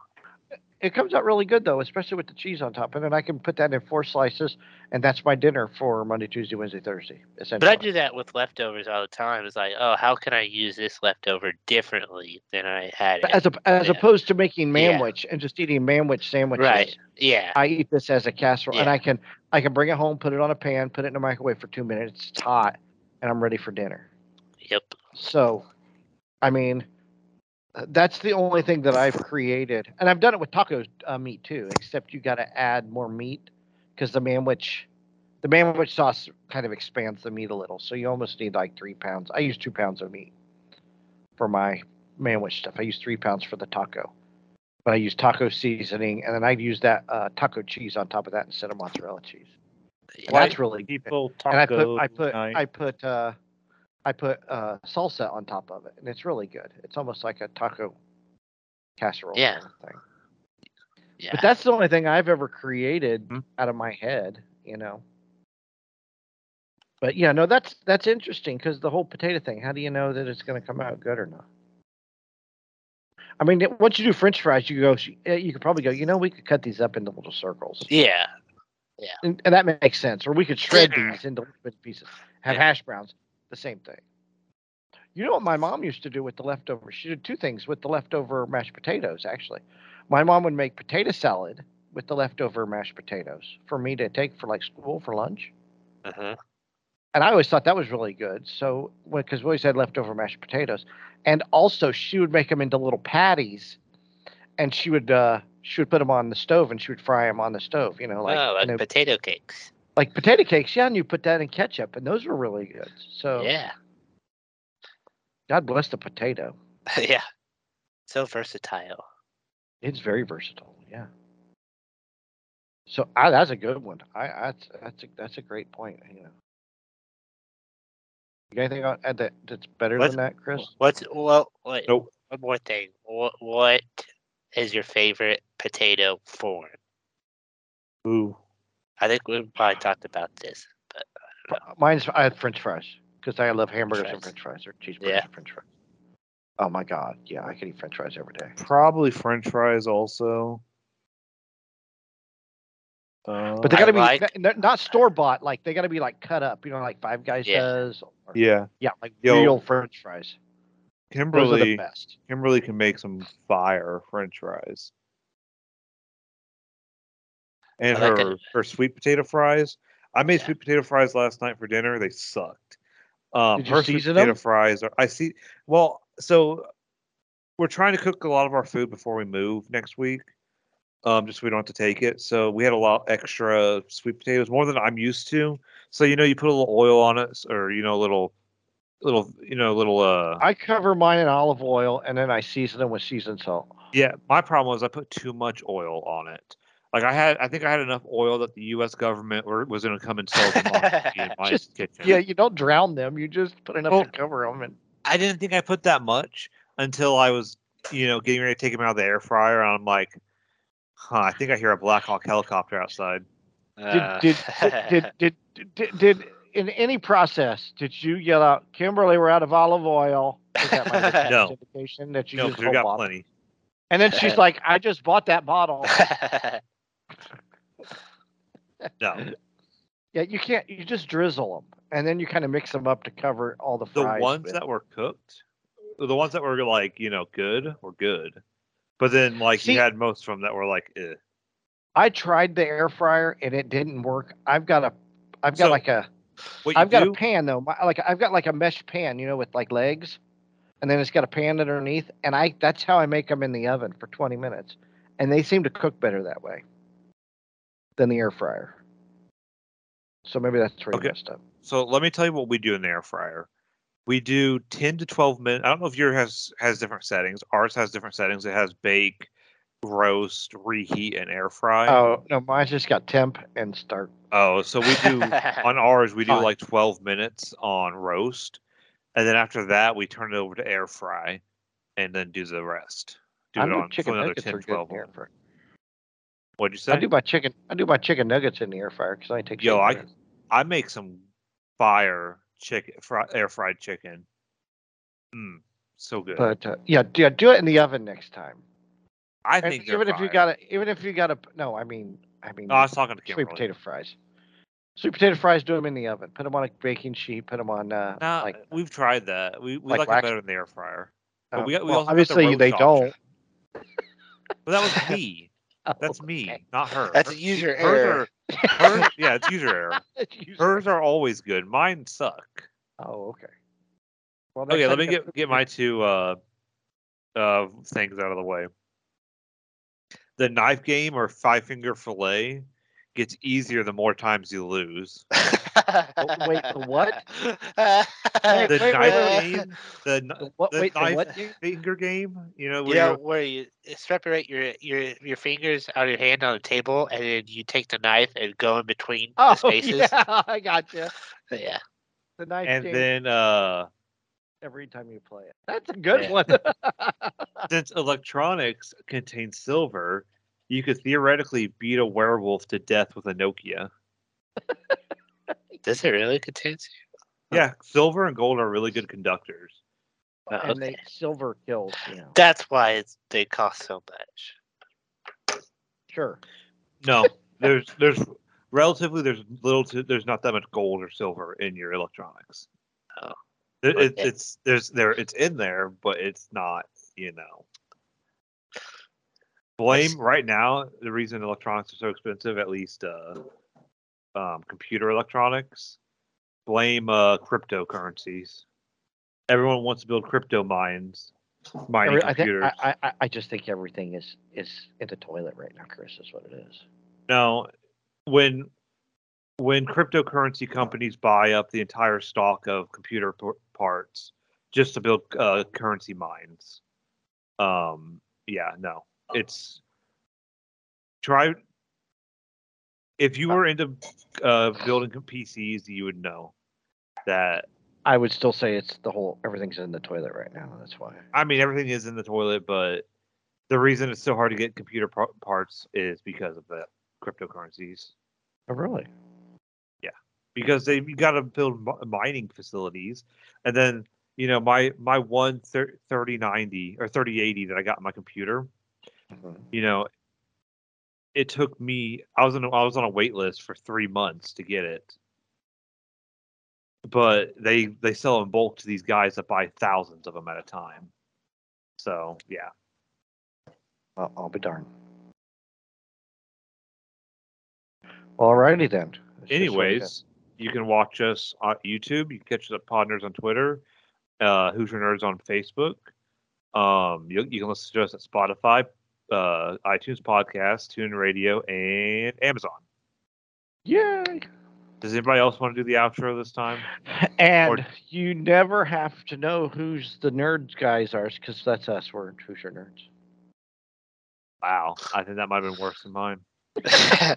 It comes out really good though, especially with the cheese on top, and then I can put that in four slices, and that's my dinner for Monday, Tuesday, Wednesday, Thursday. Essentially,
But I do that with leftovers all the time. It's like, oh, how can I use this leftover differently than I had
But
it?
as a, as
Yeah.
opposed to making
Yeah.
manwich and just eating manwich sandwiches.
Right. Yeah.
I eat this as a casserole, and
Yeah.
I can I can bring it home, put it on a pan, put it in the microwave for two minutes. It's hot, and I'm ready for dinner.
Yep.
So, I mean, uh, that's the only thing that I've created, and I've done it with taco uh, meat too. Except you got to add more meat because the manwich, the manwich sauce kind of expands the meat a little. So you almost need like three pounds. I use two pounds of meat for my manwich stuff. I use three pounds for the taco, but I use taco seasoning, and then I use that uh, taco cheese on top of that instead of mozzarella cheese. And
Why
that's really good.
People taco
And I put I put
night.
I put uh, I put uh, salsa on top of it, and it's really good. It's almost like a taco casserole.
Yeah.
kind of thing.
Yeah.
But that's the only thing I've ever created
Hmm.
out of my head. you know. But yeah, no, that's that's interesting because the whole potato thing. How do you know that it's going to come out good or not? I mean, it- once you do French fries, you go. eh, You could probably go. You know, we could cut these up into little circles,
Yeah.
and, and that makes sense. Or we could shred these into little bit pieces. Have
Yeah.
hash browns, the same thing. You know what my mom used to do with the leftover? She did two things with the leftover mashed potatoes. Actually, my mom would make potato salad with the leftover mashed potatoes for me to take for like school for lunch.
Mm-hmm.
Uh-huh.
and I always thought that was really good. So, because we always had leftover mashed potatoes, and also she would make them into little patties, and she would uh, she would put them on the stove and she would fry them on the stove. You know, like
oh, like
you know,
potato cakes.
like potato cakes. Yeah, and you put that in ketchup, and those were really good. So,
Yeah.
God bless the potato.
yeah. So versatile.
It's very versatile. Yeah. So I, that's a good one. I, I that's a, that's a great point. You know. You got anything on- add that that's better
Let's-
than that, Chris?
What's well? Wait,
Nope.
One more thing. What what is your favorite potato form?
Ooh.
I think we probably talked about this. But
Mine's I have French fries because I love hamburgers and
fries.
French fries or cheeseburgers
Yeah.
and French fries. Oh my god, yeah, I could eat French fries every day.
Probably French fries also. Uh,
But they
I
got to be
like-
n- n- not store bought. Like they got to be like cut up. You know, like Five Guys
Yeah.
does. Or,
Uh, yeah,
yeah, like
Yo.
real French fries. Those are the
Kimberly.
best.
Kimberly can make some fire French fries. And
I like
her,
it.
her sweet potato fries. I made
Yeah.
sweet potato fries last night for dinner. They sucked. Um,
Did you
her sweet
season
potato
them?
fries are. I see. Well, so we're trying to cook a lot of our food before we move next week, um, just so we don't have to take it. So we had a lot extra sweet potatoes, more than I'm used to. So you know, you put a little oil on it, s- or you know, a little, little, you know, a little. Uh,
I cover mine in olive oil and then I season them with seasoned salt.
Yeah, my problem was I put too much oil on it. Like I had, I think I had enough oil that the U.S. government were, was going to come and sell them on in my
Just-
kitchen.
Yeah, you don't drown them. You just put enough
Well-
to cover them. And
I didn't think I put that much until I was, you know, getting ready to take them out of the air fryer, and I'm like, huh, I think I hear a Black Hawk helicopter outside.
did
uh,
did, did, did did did did in any process did you yell out, Kimberly, we're out of olive oil? Is that my business
No.
indication that you
No,
used
'cause
the
we
whole
got
bottle?
plenty.
And then she's like, I just bought that bottle.
No,
yeah, you can't. You just drizzle them, and then you kind of mix them up to cover all the
the
fries.
ones
with-
that were cooked, the ones that were like, you know, good were good, but then like
See-
you had most of them that were like, eh.
I tried the air fryer and it didn't work. I've got a, I've got
So,
like a,
What you
I've got
do?
a pan though. My, like I've got like a mesh pan, you know, with like legs, and then it's got a pan underneath. And I that's how I make them in the oven for 20 minutes, and they seem to cook better that way than the air fryer. So maybe that's where
Okay.
you messed up.
So let me tell you what we do in the air fryer. We do ten to twelve minutes. I don't know if yours has has different settings. Ours has different settings. It has bake, roast, reheat, and air fry.
Oh no, mine's just got temp and start.
Oh, so we do on ours. We do
Fine.
like twelve minutes on roast, and then after that we turn it over to air fry, and then do the rest. Do
I
it
know
on for
chicken
another
nuggets
10,
are good in
12.
the air fryer.
What'd you say?
I do my chicken. I do my chicken nuggets in the air fryer because I take.
Yo,
so
I
many.
I make some fire chicken, fry, air fried chicken. Mm, so good.
But uh, yeah, do, yeah, do it in the oven next time.
I
And
think they're
even if you
fire.
got a, even if you got a, no, I mean, I mean,
No, I was talking to Kimberly.
sweet potato fries. Sweet potato fries, do them in the oven. Put them on a baking sheet. Put them on, uh,
Nah,
like,
we've tried that. We we
like
like, it
wax-
better in the air fryer.
uh,
But we, we
well,
also got the
obviously
roast
they
option.
don't.
But that was me. That's
Oh, Okay.
me, not her.
That's
Her-
user error.
hers are- hers- yeah, it's user error.
You-
Hers are always good. Mine suck.
Oh, okay. Well, next
Okay, let
time
me
you gotta
get
cook
get
your-
my two uh uh things out of the way. The knife game or five finger fillet gets easier the more times you lose.
Oh, wait, the what?
The
Wait, wait, wait,
knife
wait.
game, the kn-
The What?
the
Wait, the
knife-
what? you-
finger game. You know,
You
where
know
you're-
where you separate your your your fingers out of your hand on the table, and then you take the knife and go in between
Oh,
the spaces.
yeah, I got you.
Yeah.
The knife
and
game
then uh
every time you play it. That's a good
Yeah.
one.
since electronics contain silver, you could theoretically beat a werewolf to death with a Nokia.
Does it really contain two?
Yeah, silver and gold are really good conductors.
Oh,
and
okay.
they silver kills. You know,
That's why it's, they cost so much.
sure.
No, there's there's relatively there's little to there's not that much gold or silver in your electronics.
Oh,
There- it-
okay.
it's there's there it's in there, but it's not you know. Blame right now the reason electronics are so expensive, at least uh, um, computer electronics. Blame uh, cryptocurrencies. Everyone wants to build crypto mines, mining
Every- I, think,
computers.
I, I I- I just think everything is is in the toilet right now, Chris. Is what it is.
No, when when cryptocurrency companies buy up the entire stock of computer p- parts just to build uh, currency mines, um, yeah, no, it's try. If you were into uh, building com- PCs, you would know that.
I would still say it's the whole everything's in the toilet right now. That's why.
I mean, everything is in the toilet, but the reason it's so hard to get computer par- parts is because of the cryptocurrencies.
Oh, really?
because they you got to build mi- mining facilities and then you know my my one thir- 3090 or 3080 that i got on my computer
Mm-hmm.
you know it took me i was on a, i was on a wait list for three months to get it but they they sell in bulk to these guys that buy thousands of them at a time so yeah
Well, I'll be darned. Alrighty then. That's just what it is.
anyways, you can watch us on YouTube. You can catch us at Podners on Twitter, uh, Hoosier Nerds on Facebook. Um, you, you can listen to us at Spotify, uh, iTunes Podcast, TuneIn Radio, and Amazon.
yay!
Does anybody else want to do the outro this time?
And you never have to know who's the nerds guys are, because that's us. We're Hoosier nerds.
Wow, I think that might have been worse than mine.